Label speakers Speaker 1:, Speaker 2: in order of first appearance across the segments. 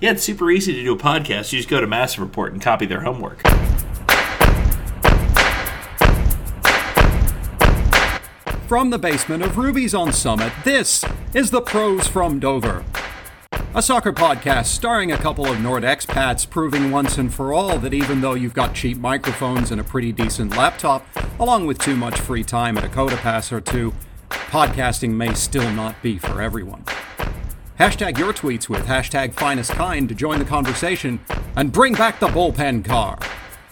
Speaker 1: Yeah, it's super easy to do a podcast. You just go to Massive Report and copy their homework.
Speaker 2: From the basement of Ruby's on Summit, this is the Pros from Dover. A soccer podcast starring a couple of Nord expats proving once and for all that even though you've got cheap microphones and a pretty decent laptop, along with too much free time and a coda pass or two, podcasting may still not be for everyone. Hashtag your tweets with hashtag finestkind to join the conversation and bring back the bullpen car.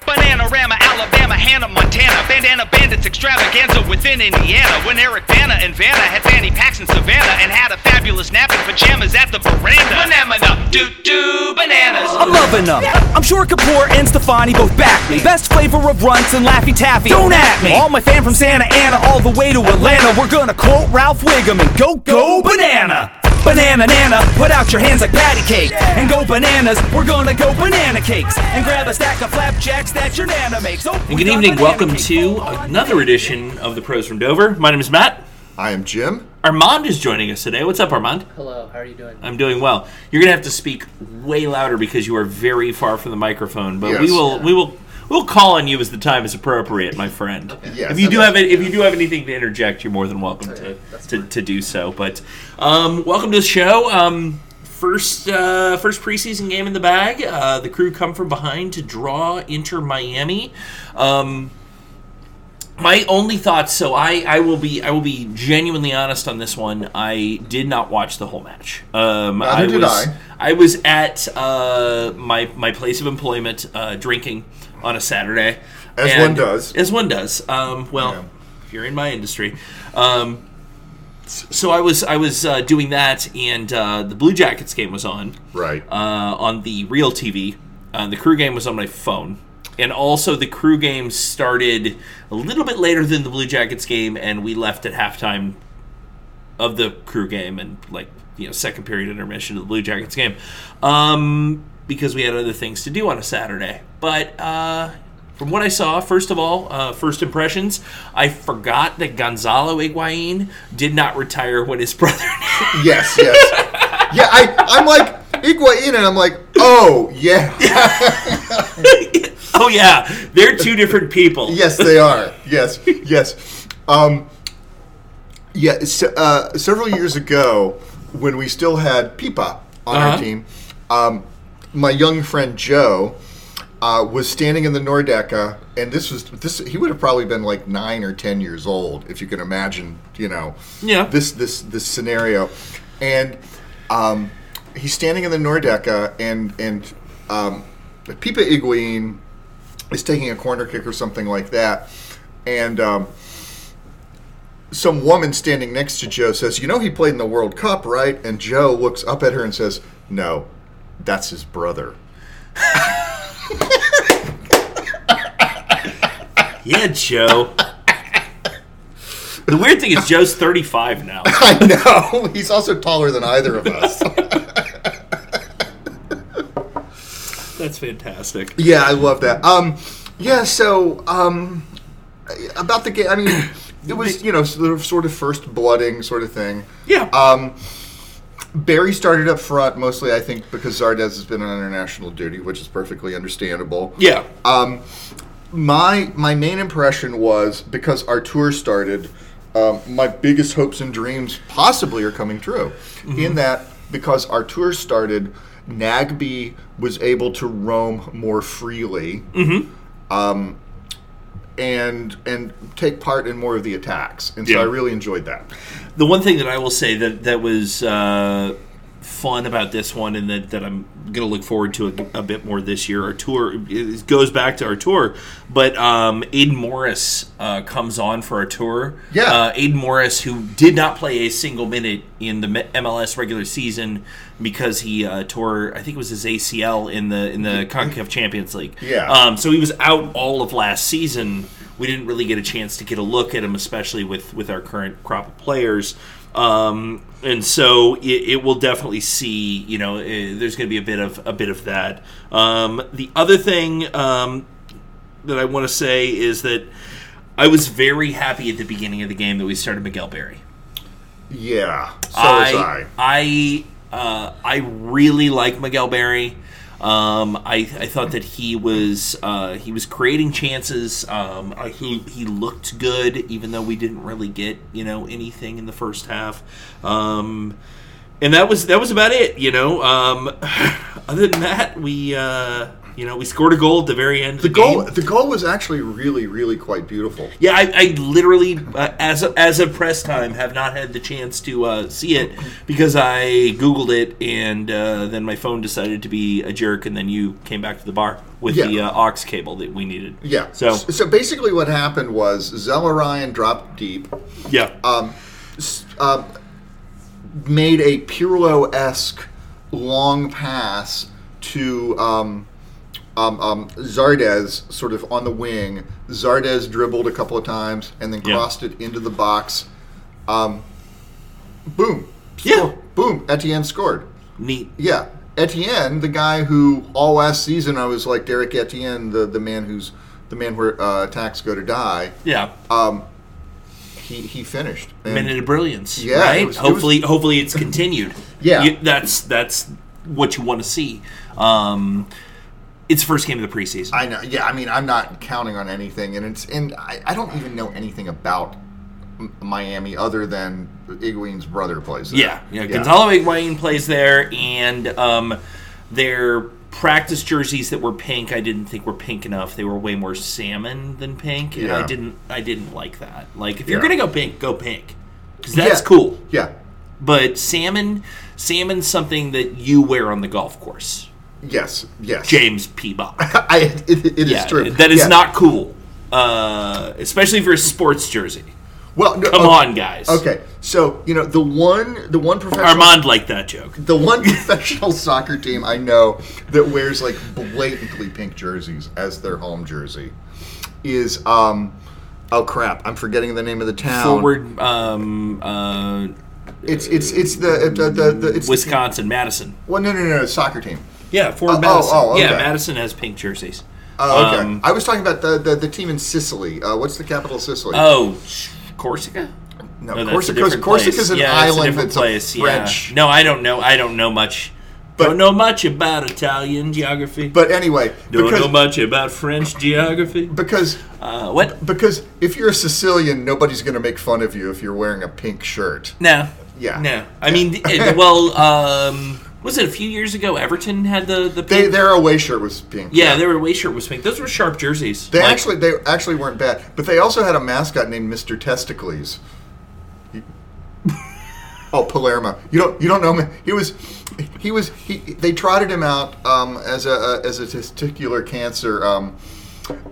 Speaker 3: Bananarama, Alabama, Hannah, Montana, Bandana Bandits, extravaganza within Indiana. When Eric Bana and Vanna had fanny packs in Savannah and had a fabulous nap in pajamas at the veranda. Banana, doo doo bananas.
Speaker 4: I'm loving them. I'm sure Kapoor and Stefani both back me. Best flavor of runts and Laffy Taffy. Don't at me. All my fan from Santa Ana all the way to Atlanta. We're gonna quote Ralph Wiggum and go, go banana. Banana Nana, put out your hands like patty cake and go bananas. We're gonna go banana cakes and grab a stack of flapjacks that your nana makes. Oh,
Speaker 1: And good evening. Welcome to another edition of the Pros from Dover. My name is Matt.
Speaker 5: I am Jim.
Speaker 1: Armand is joining us today. What's up, Armand?
Speaker 6: Hello, how are you doing?
Speaker 1: I'm doing well. You're gonna have to speak way louder because you are very far from the microphone. But we
Speaker 5: Yes.
Speaker 1: will, we will, we'll call on you as the time is appropriate, my friend.
Speaker 5: Yes,
Speaker 1: if you do
Speaker 5: okay.
Speaker 1: have it, if you do have anything to interject, you're more than welcome to, to, to do so. But um, welcome to the show. Um, first uh, first preseason game in the bag. Uh, the crew come from behind to draw Inter Miami. Um, my only thoughts so I, I will be I will be genuinely honest on this one. I did not watch the whole match. Um, I
Speaker 5: did
Speaker 1: was
Speaker 5: I.
Speaker 1: was at uh, my my place of employment uh, drinking on a Saturday.
Speaker 5: As
Speaker 1: and-
Speaker 5: one does.
Speaker 1: As one does. Um, well,
Speaker 5: Yeah.
Speaker 1: if you're in my industry. Um, s- so I was I was uh, doing that and uh, the Blue Jackets game was on
Speaker 5: Right.
Speaker 1: uh, on the real TV. Uh, the crew game was on my phone. And also, the crew game started a little bit later than the Blue Jackets game, and we left at halftime of the crew game and, like, you know, second period intermission of the Blue Jackets game um, because we had other things to do on a Saturday. But uh, from what I saw, first of all, uh, first impressions, I forgot that Gonzalo Higuain did not retire when his brother
Speaker 5: yes, yes. yeah, I, I'm like, Iguain, and I'm like, oh, yeah.
Speaker 1: oh yeah, they're two different people.
Speaker 5: yes, they are. Yes, yes. Um, yeah, s uh, several years ago, when we still had Pipa on our
Speaker 1: Uh-huh.
Speaker 5: team, um, my young friend Joe uh, was standing in the Nordeca, and this was this. He would have probably been like nine or ten years old, if you can imagine. You know,
Speaker 1: Yeah.
Speaker 5: This this this scenario, and um, he's standing in the Nordeca, and and um, Pipa Iguain is taking a corner kick or something like that, and um, some woman standing next to Joe says, "You know he played in the World Cup, right?" And Joe looks up at her and says, "No, that's his brother."
Speaker 1: Yeah, Joe. the weird thing is Joe's 35 now.
Speaker 5: I know he's also taller than either of us.
Speaker 1: That's fantastic.
Speaker 5: yeah, I love that. Um, yeah, so um, about the game, I mean, it was you know sort of sort of first blooding sort of thing.
Speaker 1: Yeah.
Speaker 5: Um, Barry started up front mostly, I think, because Zardes has been on international duty, which is perfectly understandable.
Speaker 1: yeah.
Speaker 5: Um, my my main impression was because our tour started, um, my biggest hopes and dreams possibly are coming true.
Speaker 1: Mm-hmm.
Speaker 5: In that, because our tour started, Nagby was able to roam more freely,
Speaker 1: Mm-hmm.
Speaker 5: um, and and take part in more of the attacks, and so
Speaker 1: Yeah.
Speaker 5: I really enjoyed that.
Speaker 1: the one thing that I will say that that was uh, fun about this one, and that, that I'm going to look forward to a, a bit more this year. Our tour it goes back to our tour, but um, Aiden Morris uh, comes on for our tour.
Speaker 5: Yeah.
Speaker 1: uh, Aiden Morris, who did not play a single minute in the M- MLS regular season because he uh, tore, I think it was his ACL in the in the Concacaf Champions League.
Speaker 5: Yeah.
Speaker 1: um, so he was out all of last season. We didn't really get a chance to get a look at him, especially with with our current crop of players. Um, and so it, it will definitely see. You know, eh, there's going to be a bit of a bit of that. Um, the other thing um, that I want to say is that I was very happy at the beginning of the game that we started Miguel Berry.
Speaker 5: Yeah, so was I.
Speaker 1: I Uh, I really like Miguel Barry. Um, I, I thought that he was uh, he was creating chances. Um, I, he he looked good, even though we didn't really get you know anything in the first half. Um, and that was that was about it. You know, um, other than that, we uh, you know we scored a goal at the very end. Of the,
Speaker 5: The goal,
Speaker 1: game.
Speaker 5: the goal was actually really, really quite beautiful.
Speaker 1: Yeah, I, I literally, uh, as as of press time, have not had the chance to uh, see it because I googled it and uh, then my phone decided to be a jerk, and then you came back to the bar with
Speaker 5: Yeah.
Speaker 1: the uh, aux cable that we needed.
Speaker 5: Yeah.
Speaker 1: So
Speaker 5: S- so basically, what happened was Zeller Ryan dropped deep,
Speaker 1: yeah,
Speaker 5: um, s- um, made a Pirlo esque long pass to um, um, um, Zardes, sort of on the wing. Zardes dribbled a couple of times and then
Speaker 1: Yeah.
Speaker 5: crossed it into the box. Um, boom.
Speaker 1: Yeah.
Speaker 5: Score. Boom. Etienne scored.
Speaker 1: neat.
Speaker 5: Yeah. Etienne, the guy who all last season I was like Derek Etienne, the, the man who's the man where uh, attacks go to die.
Speaker 1: Yeah,
Speaker 5: Um, He he finished. And-
Speaker 1: minute of brilliance.
Speaker 5: Yeah, it
Speaker 1: right.
Speaker 5: was- it was-
Speaker 1: hopefully, hopefully it's continued.
Speaker 5: Yeah.
Speaker 1: You- that's that's what you want to see. Um, it's the first game of the preseason.
Speaker 5: I know. Yeah, I mean, I'm not counting on anything, and it's and I, I don't even know anything about M- Miami other than Iguain's brother plays. there.
Speaker 1: Yeah, yeah. Gonzalo Higuain plays there, and um, their practice jerseys that were pink, I didn't think were pink enough. They were way more salmon than pink, and I
Speaker 5: Yeah.
Speaker 1: didn't, I didn't like that. Like, if you're
Speaker 5: Yeah.
Speaker 1: gonna go pink, go pink, because that's
Speaker 5: Yeah.
Speaker 1: cool.
Speaker 5: Yeah,
Speaker 1: But salmon, salmon's something that you wear on the golf course,
Speaker 5: yes, yes.
Speaker 1: James P. Bach.
Speaker 5: I, it, it is
Speaker 1: yeah,
Speaker 5: true.
Speaker 1: that is
Speaker 5: Yeah.
Speaker 1: not cool, uh, especially for a sports jersey.
Speaker 5: Well, no,
Speaker 1: Come
Speaker 5: okay.
Speaker 1: on, guys.
Speaker 5: Okay, so you know the one, the one professional.
Speaker 1: Armand liked that joke.
Speaker 5: the one professional soccer team I know that wears like blatantly pink jerseys as their home jersey is um oh crap I'm forgetting the name of the town
Speaker 1: Forward, um, uh,
Speaker 5: it's it's it's the uh, the, the, the it's
Speaker 1: Wisconsin, Madison.
Speaker 5: well no no no, no soccer team
Speaker 1: Yeah, Ford
Speaker 5: Oh,
Speaker 1: Madison.
Speaker 5: oh, okay.
Speaker 1: Yeah, Madison has pink jerseys.
Speaker 5: oh okay
Speaker 1: Um,
Speaker 5: I was talking about the, the the team in Sicily uh, what's the capital of Sicily
Speaker 1: oh, sh- Corsica. Oh,
Speaker 5: no,
Speaker 1: that's a
Speaker 5: Corsica
Speaker 1: different
Speaker 5: Corsica's
Speaker 1: place.
Speaker 5: an
Speaker 1: Yeah, it's a
Speaker 5: island
Speaker 1: different
Speaker 5: that's a French
Speaker 1: Yeah. No, I don't know. I don't know much.
Speaker 5: But-
Speaker 1: don't know much about Italian geography.
Speaker 5: but anyway
Speaker 1: don't know
Speaker 5: because
Speaker 1: much about French geography.
Speaker 5: because
Speaker 1: Uh, what?
Speaker 5: because if you're a Sicilian nobody's gonna make fun of you if you're wearing a pink shirt
Speaker 1: No.
Speaker 5: Yeah.
Speaker 1: No. I mean, th- it- well, um, was it a few years ago? Everton had the the
Speaker 5: they
Speaker 1: pink.
Speaker 5: their away shirt was pink
Speaker 1: yeah, their away shirt was pink. Those were sharp jerseys.
Speaker 5: They
Speaker 1: Like,
Speaker 5: actually they actually weren't bad, but they also had a mascot named Mr. Testicles. oh, Palermo. You don't you don't know him. He was he was he. They trotted him out um, as a uh, as a testicular cancer. Um,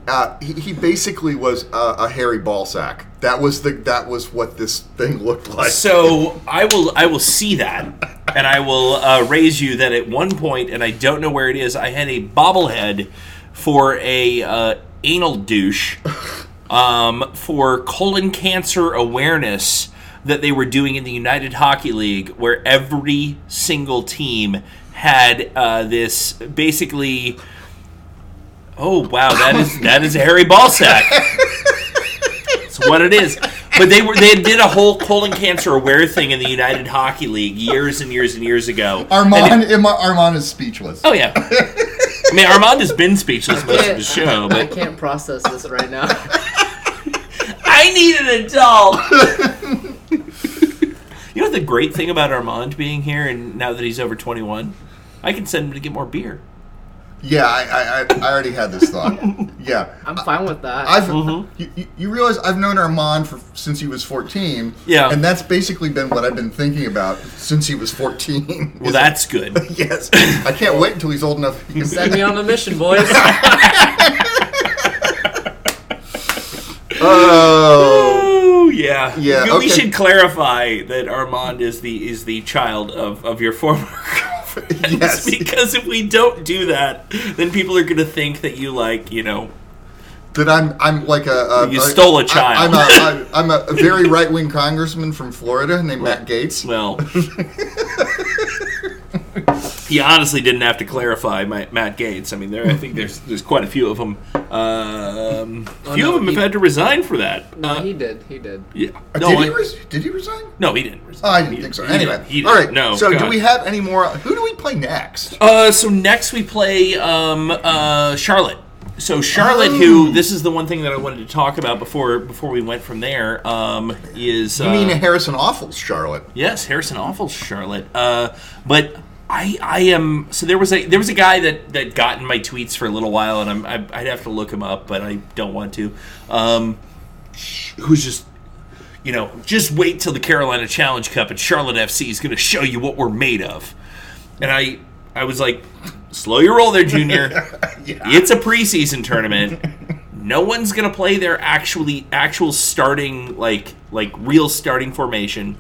Speaker 5: uh, he, he basically was a, a hairy ball sack. That was the that was what this thing looked like.
Speaker 1: So I will I will see that, and I will uh, raise you that at one point, and I don't know where it is. I had a bobblehead for a uh, anal douche um, for colon cancer awareness that they were doing in the United Hockey League, where every single team had uh, this basically. Oh wow, that is that is a hairy ball sack. It's what it is. But they were they did a whole colon cancer aware thing in the United Hockey League years and years and years ago. And
Speaker 5: Armand
Speaker 1: it-
Speaker 5: Ima- Armand is speechless.
Speaker 1: oh yeah. I mean, Armand has been speechless most of the show,
Speaker 6: I
Speaker 1: but
Speaker 6: can't process this right now.
Speaker 1: I need an adult. you know the great thing about Armand being here, and now that he's over twenty one, I can send him to get more beer.
Speaker 5: Yeah, I, I, I- I already had this thought. yeah.
Speaker 6: I'm fine with that.
Speaker 5: I've
Speaker 1: Mm-hmm.
Speaker 5: you, you- you realize I've known Armand for since he was 14.
Speaker 1: Yeah.
Speaker 5: and that's basically been what I've been thinking about since he was 14.
Speaker 1: Well, that's good.
Speaker 5: yes. I can't wait until he's old enough. He can
Speaker 6: Send me on a mission, boys.
Speaker 5: oh,
Speaker 1: Oh yeah,
Speaker 5: Yeah,
Speaker 1: We, we
Speaker 5: okay.
Speaker 1: should clarify that Armand is the is the child of of your former girlfriend.
Speaker 5: Yes.
Speaker 1: because if we don't do that, then people are going to think that you like you know.
Speaker 5: that I'm I'm like a, a
Speaker 1: You
Speaker 5: a-
Speaker 1: stole a
Speaker 5: I-
Speaker 1: child.
Speaker 5: I'm a, I'm a very right wing congressman from Florida named Matt Gates.
Speaker 1: Well, he honestly didn't have to clarify my, Matt Gates. I mean, there I think there's there's quite a few of them. Um, a few
Speaker 6: no,
Speaker 1: of them have
Speaker 6: he-
Speaker 1: had to resign for that.
Speaker 6: No,
Speaker 1: Uh,
Speaker 6: he did. He did.
Speaker 1: yeah.
Speaker 5: Uh, did, he
Speaker 1: I-
Speaker 5: res- did he resign?
Speaker 1: No, he didn't. Resign.
Speaker 5: Oh, I didn't
Speaker 1: He-
Speaker 5: think so.
Speaker 1: he
Speaker 5: Anyway,
Speaker 1: didn't. He
Speaker 5: all right.
Speaker 1: didn't. No.
Speaker 5: So, do
Speaker 1: God.
Speaker 5: we have any more? Who do we play next?
Speaker 1: Uh, so next we play um, uh, Charlotte. So Charlotte, who this is the one thing that I wanted to talk about before before we went from there, um, is uh,
Speaker 5: I mean, Harrison Awful's Charlotte.
Speaker 1: Yes, Harrison Awful Charlotte. Uh, but I I am so there was a there was a guy that that got in my tweets for a little while, and I'm I, I'd have to look him up, but I don't want to. Um, who's just you know just wait till the Carolina Challenge Cup and Charlotte FC is going to show you what we're made of. And I I was like, slow your roll there, Junior. It's a preseason tournament. No one's gonna play their actually actual starting like like real starting formation.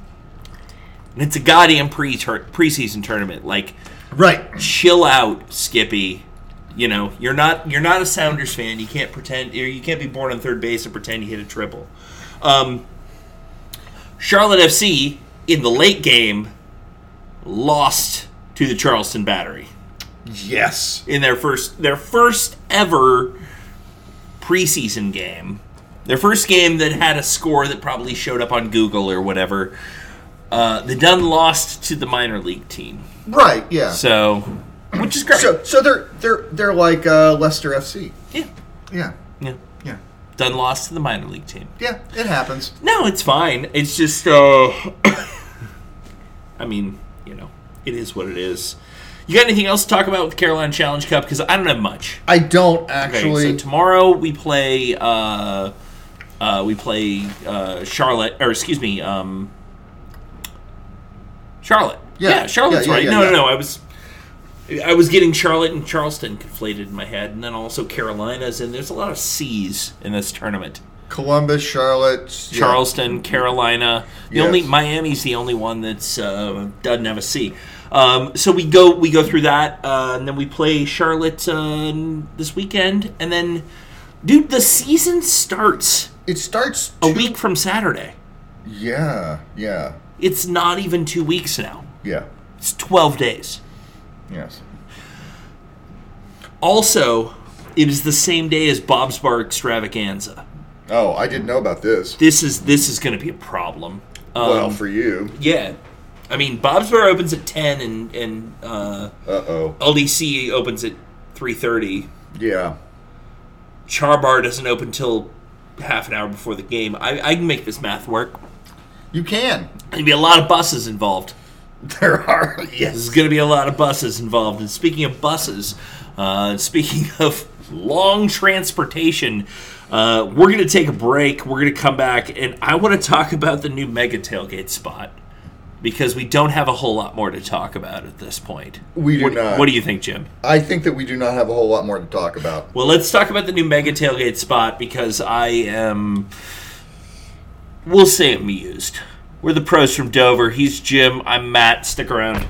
Speaker 1: And it's a goddamn pre preseason tournament. Like,
Speaker 5: Right.
Speaker 1: chill out, Skippy. You know, you're not you're not a Sounders fan. You can't pretend or you can't be born on third base and pretend you hit a triple. Um, Charlotte FC in the late game lost to the Charleston Battery
Speaker 5: Yes.
Speaker 1: in their first their first ever preseason game. Their first game that had a score that probably showed up on Google or whatever. Uh, the Dun lost to the minor league team,
Speaker 5: Right. Yeah. So,
Speaker 1: so which is great.
Speaker 5: so, they're they're they're like uh, Leicester FC.
Speaker 1: yeah,
Speaker 5: Yeah.
Speaker 1: yeah.
Speaker 5: Yeah.
Speaker 1: Dunn lost to the minor league team.
Speaker 5: Yeah. It happens.
Speaker 1: No, it's fine. It's just, uh, I mean, you know, it is what it is. You got anything else to talk about with the Carolina Challenge Cup? Because I don't have much.
Speaker 5: I don't
Speaker 1: Okay,
Speaker 5: actually.
Speaker 1: so tomorrow we play. Uh, uh, we play uh, Charlotte, or excuse me, um, Charlotte.
Speaker 5: Yeah.
Speaker 1: Charlotte's
Speaker 5: Yeah, yeah,
Speaker 1: right.
Speaker 5: yeah,
Speaker 1: no,
Speaker 5: yeah.
Speaker 1: no, no. I was, I was getting Charlotte and Charleston conflated in my head, and then also Carolinas, and there's a lot of C's in this tournament.
Speaker 5: Columbus, Charlotte, yeah.
Speaker 1: Charleston, Carolina. The
Speaker 5: Yes.
Speaker 1: only Miami's the only one that's uh, doesn't have a C. Um, so we go we go through that, uh, and then we play Charlotte uh, this weekend, and then, dude, the season starts
Speaker 5: It starts.
Speaker 1: a
Speaker 5: two-
Speaker 1: week from Saturday.
Speaker 5: Yeah. Yeah.
Speaker 1: It's not even two weeks now.
Speaker 5: Yeah.
Speaker 1: It's twelve days.
Speaker 5: Yes.
Speaker 1: Also, it is the same day as Bob's Bar Extravaganza.
Speaker 5: Oh, I didn't know about this.
Speaker 1: This is this is going to be a problem. Um,
Speaker 5: well, for you.
Speaker 1: yeah, I mean Bob's Bar opens at ten, and and. Uh,
Speaker 5: Uh oh.
Speaker 1: LDC opens at 3:30.
Speaker 5: Yeah.
Speaker 1: Char Bar doesn't open till half an hour before the game. I, I can make this math work.
Speaker 5: You can.
Speaker 1: There'd be a lot of buses involved.
Speaker 5: There are.
Speaker 1: This
Speaker 5: Yes.
Speaker 1: is going to be a lot of buses involved. And speaking of buses, uh, speaking of long transportation, uh, we're going to take a break. We're going to come back, and I want to talk about the new mega tailgate spot because we don't have a whole lot more to talk about at this point.
Speaker 5: We do
Speaker 1: what,
Speaker 5: not.
Speaker 1: What do you think, Jim?
Speaker 5: I think that we do not have a whole lot more to talk about.
Speaker 1: Well, let's talk about the new mega tailgate spot because I am. We'll say amused. We're the pros from Dover. He's Jim. I'm Matt. Stick around.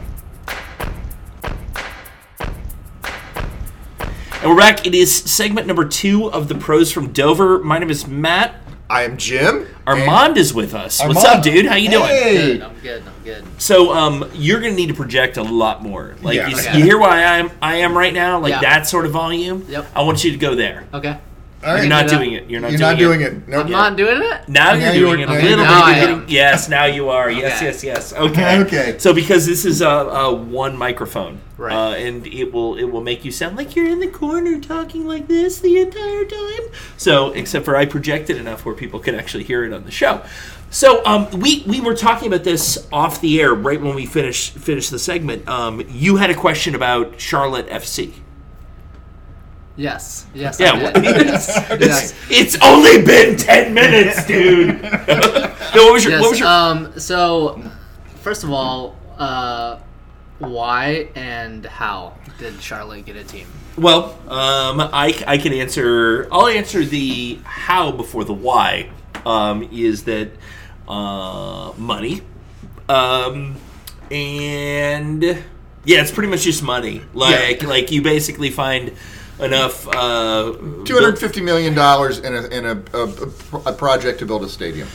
Speaker 1: And we're back. It is segment number two of the pros from Dover. My name is Matt.
Speaker 5: I am Jim.
Speaker 1: Armand is with us. What's up, dude? How you doing?
Speaker 5: Hey.
Speaker 6: Good. I'm good. I'm good.
Speaker 1: So um, you're gonna need to project a lot more. Like
Speaker 5: Yeah,
Speaker 1: you,
Speaker 5: okay.
Speaker 1: you hear why I am I am right now, like
Speaker 6: Yeah.
Speaker 1: that sort of volume.
Speaker 6: Yep.
Speaker 1: I want you to go there.
Speaker 6: Okay.
Speaker 5: All right.
Speaker 1: You're not
Speaker 6: do that.
Speaker 1: doing it. You're not,
Speaker 5: You're
Speaker 1: doing,
Speaker 5: not doing it. No.
Speaker 6: I'm not doing
Speaker 1: Now
Speaker 6: it.
Speaker 5: Now
Speaker 1: you're
Speaker 5: you're
Speaker 1: doing it a
Speaker 5: doing
Speaker 1: little
Speaker 5: it.
Speaker 1: bit.
Speaker 6: Now I
Speaker 1: You're
Speaker 6: am.
Speaker 1: getting- yes, now you are. Yes,
Speaker 6: Okay.
Speaker 1: yes, yes. Okay.
Speaker 5: Okay.
Speaker 1: So because this is a, a one microphone,
Speaker 6: Right.
Speaker 1: Uh, and it will it will make you sound like you're in the corner talking like this the entire time. So except for I projected enough where people could actually hear it on the show. So um, we we were talking about this off the air right when we finished finished the segment. Um, you had a question about Charlotte FC.
Speaker 6: Yes. Yes.
Speaker 1: Yeah,
Speaker 6: I
Speaker 1: what-
Speaker 6: did. yes. yes.
Speaker 1: It's only been ten minutes, dude. no, what was your
Speaker 6: Yes.
Speaker 1: what was your
Speaker 5: uh,
Speaker 6: Um. So, first of all, uh, why and how did Charlotte get a team?
Speaker 1: Well, um, I, I can answer. I'll answer the how before the why. Um, is that uh, money? Um, and yeah, it's pretty much just money. Like like you basically find enough. Uh,
Speaker 5: Two hundred fifty million dollars in a in a, a, a project to build a stadium.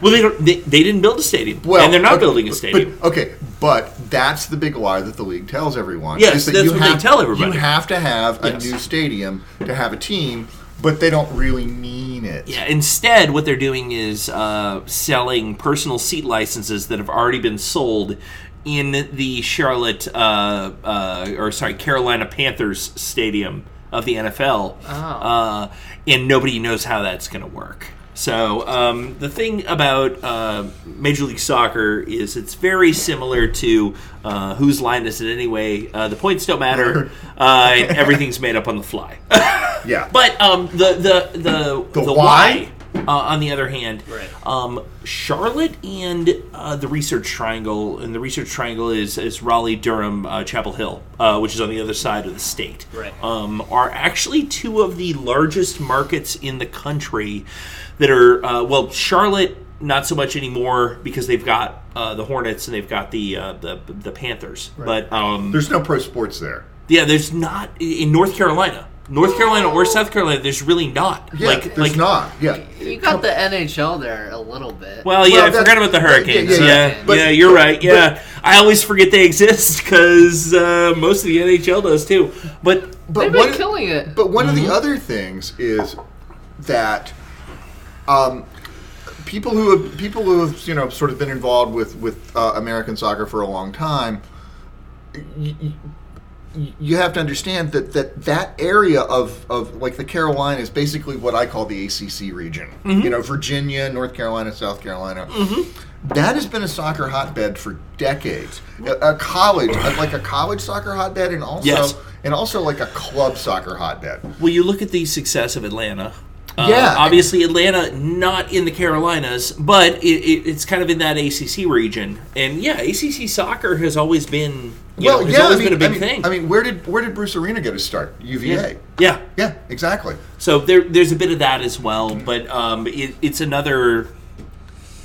Speaker 1: Well, they, don't, they they didn't build a stadium,
Speaker 5: Well,
Speaker 1: and they're not
Speaker 5: okay,
Speaker 1: building a
Speaker 5: but-
Speaker 1: stadium.
Speaker 5: But, okay, but that's the big lie that the league tells everyone.
Speaker 1: Yes,
Speaker 5: is that
Speaker 1: that's
Speaker 5: you
Speaker 1: what they
Speaker 5: have,
Speaker 1: tell everybody.
Speaker 5: You have to have a
Speaker 1: Yes.
Speaker 5: new stadium to have a team, but they don't really mean it.
Speaker 1: Yeah, instead, what they're doing is uh, selling personal seat licenses that have already been sold in the Charlotte, uh, uh, or sorry, Carolina Panthers stadium of the NFL. Uh, and nobody knows how that's going to work. So um, the thing about uh, Major League Soccer is it's very similar to uh, whose line is it anyway? Uh, the points don't matter. Uh, and everything's made up on the fly.
Speaker 5: Yeah.
Speaker 1: But um, the the the
Speaker 5: The
Speaker 1: why,
Speaker 5: why?
Speaker 1: uh, on the other hand,
Speaker 6: Right.
Speaker 1: um, Charlotte and uh, the Research Triangle, and the Research Triangle is is Raleigh, Durham, uh, Chapel Hill, uh, which is on the other side of the state.
Speaker 6: Right.
Speaker 1: Um, are actually two of the largest markets in the country that are uh, well, Charlotte. Not so much anymore because they've got uh, the Hornets and they've got the uh, the, the Panthers. But um,
Speaker 5: there's no pro sports there.
Speaker 1: yeah, there's not in North Carolina, North Carolina or South Carolina. There's really not.
Speaker 5: Yeah,
Speaker 1: like,
Speaker 5: there's
Speaker 1: like,
Speaker 5: not. Yeah.
Speaker 6: You got the NHL there a little bit.
Speaker 1: Well, yeah,
Speaker 5: Well,
Speaker 1: I
Speaker 5: that's-
Speaker 1: forgot about the
Speaker 5: yeah, yeah,
Speaker 1: Hurricanes. Yeah, yeah,
Speaker 5: yeah, yeah. But-
Speaker 1: you're
Speaker 5: but-
Speaker 1: right. Yeah, I always forget they exist because uh, most of the NHL does too. But
Speaker 5: But
Speaker 6: They've been
Speaker 5: one,
Speaker 6: killing it.
Speaker 5: But one
Speaker 1: Mm-hmm.
Speaker 5: of the other things is that um, people who have, people who have you know sort of been involved with with uh, American soccer for a long time, y- y- you have to understand that that that area of of like the Carolinas, basically what I call the ACC region.
Speaker 1: Mm-hmm.
Speaker 5: You know, Virginia, North Carolina, South Carolina.
Speaker 1: Mm-hmm.
Speaker 5: That has been a soccer hotbed for decades. A, a college, like a college soccer hotbed, and also
Speaker 1: Yes.
Speaker 5: and also like a club soccer hotbed.
Speaker 1: well, you look at the success of Atlanta. Uh,
Speaker 5: Yeah.
Speaker 1: obviously Atlanta not in the Carolinas, but it, it, it's kind of in that ACC region. And yeah, ACC soccer has always been you know, has always been a big
Speaker 5: I mean,
Speaker 1: thing.
Speaker 5: I mean, where did where did Bruce Arena get his start? UVA.
Speaker 1: yeah,
Speaker 5: Yeah, exactly.
Speaker 1: So there, there's a bit of that as well, but um, it, it's another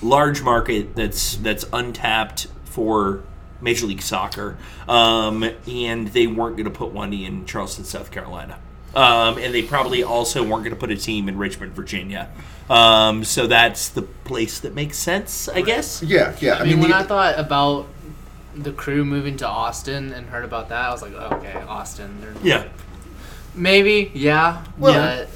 Speaker 1: large market that's that's untapped for Major League Soccer, um, and they weren't going to put one in Charleston, South Carolina, um, and they probably also weren't going to put a team in Richmond, Virginia. Um, so that's the place that makes sense, I guess.
Speaker 5: Yeah, yeah.
Speaker 6: I mean, when
Speaker 5: the-
Speaker 6: I thought about the crew moving to Austin and heard about that, I was like, okay, Austin. They're,
Speaker 1: Yeah,
Speaker 6: Maybe, yeah.
Speaker 5: Well-
Speaker 6: but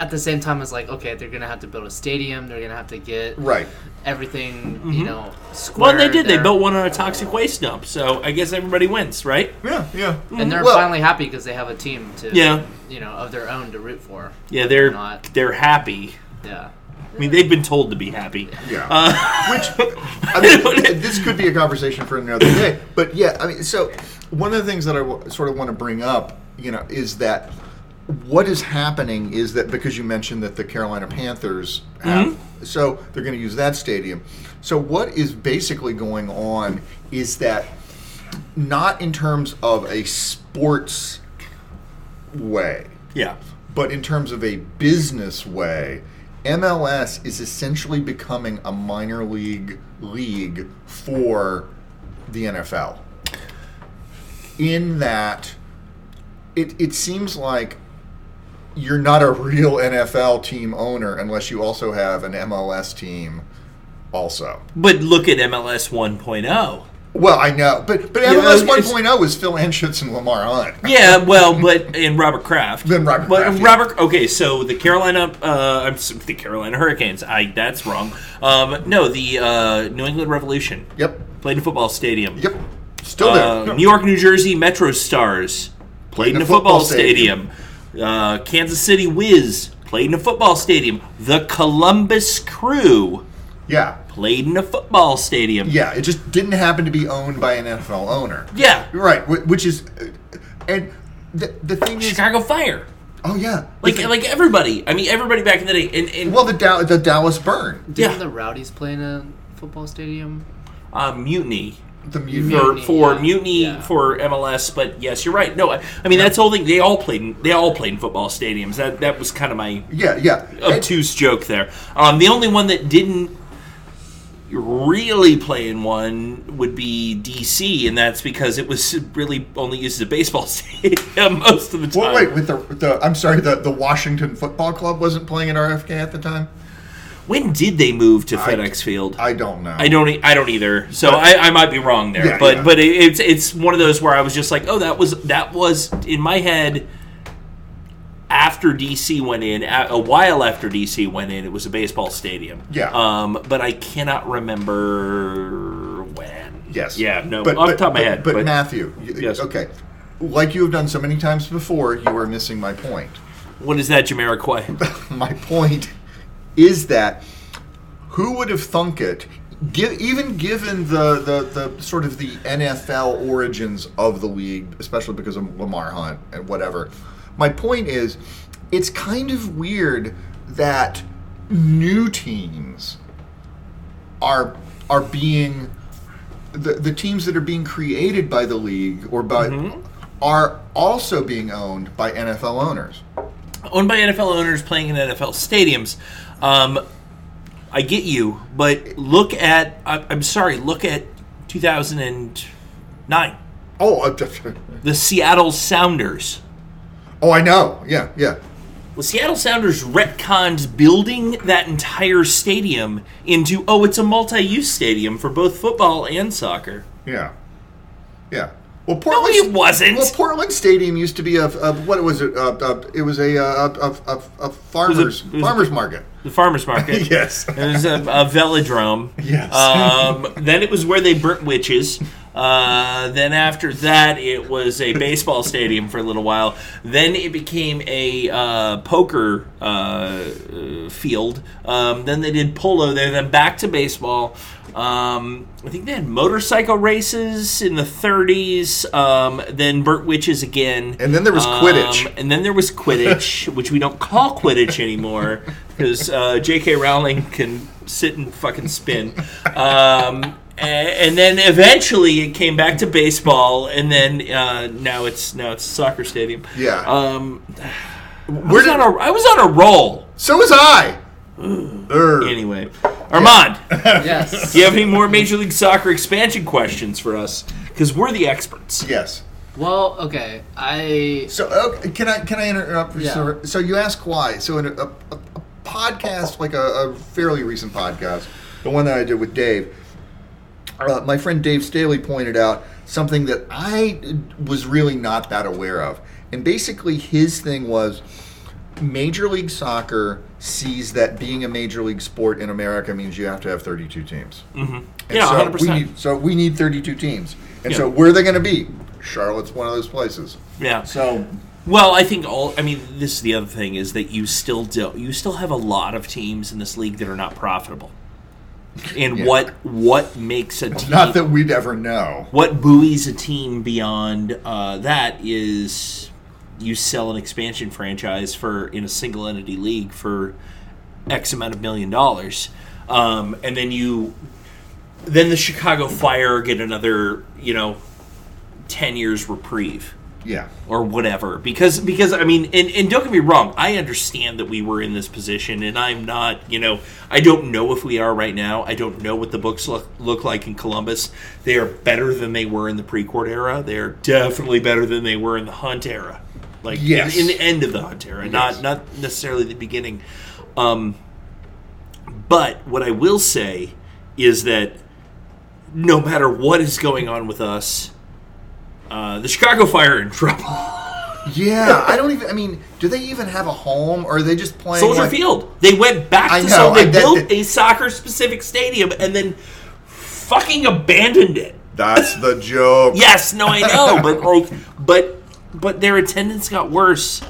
Speaker 6: at the same time, it's like, okay, they're going to have to build a stadium. They're going to have to get
Speaker 5: right.
Speaker 6: everything, you know,
Speaker 1: Mm-hmm. well,
Speaker 6: squared.
Speaker 1: they did. They
Speaker 6: They're-
Speaker 1: built one on a toxic waste dump, so I guess everybody wins, right?
Speaker 5: Yeah, yeah.
Speaker 6: And they're
Speaker 5: Well-
Speaker 6: finally happy because they have a team to,
Speaker 1: Yeah.
Speaker 6: you know, of their own to root for.
Speaker 1: Yeah, they're
Speaker 6: Not.
Speaker 1: they're happy.
Speaker 6: Yeah.
Speaker 1: I mean, they've been told to be happy.
Speaker 5: Yeah.
Speaker 6: Uh,
Speaker 5: Which I mean, this could be a conversation for another day. But yeah, I mean, so one of the things that I w- sort of want to bring up, you know, is that what is happening is that because you mentioned that the Carolina Panthers have,
Speaker 6: Mm-hmm.
Speaker 5: so they're going to use that stadium. So what is basically going on is that not in terms of a sports way
Speaker 1: Yeah.
Speaker 5: but in terms of a business way, MLS is essentially becoming a minor league league for the NFL. In that, it, it seems like you're not a real NFL team owner unless you also have an MLS team, also.
Speaker 1: But look at MLS 1.0.
Speaker 5: Well, I know, but but MLS
Speaker 1: it's-
Speaker 5: 1.0 is Phil Anschutz and Lamar Hunt.
Speaker 1: Yeah, well, but and Robert Kraft.
Speaker 5: Then Robert
Speaker 1: but
Speaker 5: Kraft, yeah.
Speaker 1: Robert. Okay, so the Carolina, uh, I'm s- the Carolina Hurricanes. I that's wrong. Um, no, the uh, New England Revolution.
Speaker 5: Yep.
Speaker 1: Played in a football stadium.
Speaker 5: Yep. Still there.
Speaker 1: Uh,
Speaker 5: No.
Speaker 1: New York, New Jersey Metro Stars played in a football, stadium. Uh, Kansas City Whiz played in a football stadium. The Columbus Crew
Speaker 5: Yeah.
Speaker 1: played in a football stadium.
Speaker 5: Yeah, it just didn't happen to be owned by an NFL owner.
Speaker 1: Yeah.
Speaker 5: right. wh- Which is, uh, and the, the thing is,
Speaker 1: Chicago Fire.
Speaker 5: oh yeah,
Speaker 1: Like
Speaker 5: The-
Speaker 1: like everybody. I mean everybody back in the day. And, and
Speaker 5: well, the Dow- the Dallas burn,
Speaker 6: Didn't
Speaker 1: Yeah.
Speaker 6: the Rowdies play in a football stadium?
Speaker 1: uh, mutiny
Speaker 5: the
Speaker 1: for
Speaker 5: mutiny.
Speaker 6: Mutiny,
Speaker 1: for
Speaker 6: yeah.
Speaker 1: mutiny
Speaker 6: Yeah.
Speaker 1: for MLS. But yes, you're right. No, I, I mean that's the whole thing. They all played. In, they all played in football stadiums. That that was kind of my
Speaker 5: Yeah, yeah. And-
Speaker 1: obtuse joke there. Um, the only one that didn't really play in one would be DC, and that's because it was really only used as a baseball stadium most of the time.
Speaker 5: Well, wait, with the, with the I'm sorry, the, the Washington Football Club wasn't playing at RFK at the time.
Speaker 1: When did they move to FedEx Field?
Speaker 5: I don't know.
Speaker 1: I don't. e- I don't either. So I, I might be wrong there.
Speaker 5: Yeah,
Speaker 1: but
Speaker 5: yeah.
Speaker 1: but it, it's it's one of those where I was just like, oh, that was that was in my head. After DC went in, a a while after DC went in, it was a baseball stadium.
Speaker 5: Yeah.
Speaker 1: Um, but I cannot remember when.
Speaker 5: Yes.
Speaker 1: Yeah. No. off the top of my
Speaker 5: but-
Speaker 1: head.
Speaker 5: But, Matthew, y-
Speaker 1: Yes.
Speaker 5: okay, like you have done so many times before, you are missing my point.
Speaker 1: what is that, Jamiroquai?
Speaker 5: My point is that who would have thunk it? Gi- even given the, the, the sort of the NFL origins of the league, especially because of Lamar Hunt and whatever, my point is it's kind of weird that new teams are are being the, the teams that are being created by the league or by are also being owned by NFL owners.
Speaker 1: Owned by NFL owners, playing in NFL stadiums. Um, I get you, but look at. I, I'm sorry. Look at 2009.
Speaker 5: Oh, uh,
Speaker 1: the Seattle Sounders.
Speaker 5: Oh, I know. Yeah, yeah.
Speaker 1: Well, Seattle Sounders retconned building that entire stadium into oh, it's a multi-use stadium for both football and soccer.
Speaker 5: Yeah. Yeah. Well, Portland.
Speaker 1: it wasn't.
Speaker 5: Well, Portland Stadium used to be a, a what was it? A, a, it was a a, a, a, a farmers
Speaker 1: it was a-
Speaker 5: farmers market.
Speaker 1: The farmers market.
Speaker 5: Yes.
Speaker 1: It was a, a velodrome.
Speaker 5: Yes.
Speaker 1: Um, then it was where they burnt witches. Uh, then after that, it was a baseball stadium for a little while. Then it became a uh, poker uh, uh, field. Um, then they did polo there. Then back to baseball. Um, I think they had motorcycle races in the 30s. Um, then burnt witches again.
Speaker 5: And then there was Quidditch.
Speaker 1: Um, and then there was Quidditch, which we don't call Quidditch anymore because uh, J.K. Rowling can sit and fucking spin. Um, a- and, then eventually it came back to baseball, and then uh, now it's now it's a soccer stadium.
Speaker 5: Yeah.
Speaker 1: Um, I,
Speaker 5: Where
Speaker 1: was
Speaker 5: did,
Speaker 1: on a, I was on a roll.
Speaker 5: so was I. Err.
Speaker 1: Mm. Anyway, Armand,
Speaker 6: Yes.
Speaker 1: do you have any more Major League Soccer expansion questions for us? Because we're the experts.
Speaker 5: Yes.
Speaker 6: Well, okay. I
Speaker 5: So okay, can I can I interrupt? for
Speaker 6: Yeah.
Speaker 5: sir? So you ask why? So in a, a, a podcast like a, a fairly recent podcast, the one that I did with Dave, uh, my friend Dave Staley pointed out something that I was really not that aware of, and basically his thing was. Major League Soccer sees that being a major league sport in America means you have to have 32 teams. Mm-hmm.
Speaker 1: Yeah,
Speaker 5: so
Speaker 1: 100%.
Speaker 5: We need, so we need 32 teams. And
Speaker 1: Yeah.
Speaker 5: so where are they going to be? Charlotte's one of those places.
Speaker 1: Yeah.
Speaker 5: So
Speaker 1: Well, I think all. I mean, this is the other thing is that you still do. You still have a lot of teams in this league that are not profitable. And
Speaker 5: Yeah.
Speaker 1: what what makes a team?
Speaker 5: Not that we'd ever know.
Speaker 1: what buoys a team beyond uh, that is you sell an expansion franchise for in a single entity league for X amount of million dollars, um, and then you then the Chicago Fire get another you know ten years reprieve
Speaker 5: Yeah.
Speaker 1: or whatever because because i mean and, and don't get me wrong i understand that we were in this position and i'm not you know i don't know if we are right now i don't know what the books look, look like in columbus they are better than they were in the pre-court era they are definitely better than they were in the hunt era like in-
Speaker 5: Yes.
Speaker 1: in, the end of the hunt era not not necessarily the beginning um but what i will say is that no matter what is going on with us uh, the Chicago Fire are in trouble.
Speaker 5: Yeah. I don't even. I mean, do they even have a home, or are they just playing?
Speaker 1: Soldier
Speaker 5: like-
Speaker 1: Field. They went back
Speaker 5: I
Speaker 1: to
Speaker 5: know,
Speaker 1: Sol- They
Speaker 5: I- that-
Speaker 1: built
Speaker 5: that-
Speaker 1: a soccer specific stadium and then fucking abandoned it.
Speaker 5: That's the joke.
Speaker 1: Yes, no, I know, but like, but but their attendance got worse.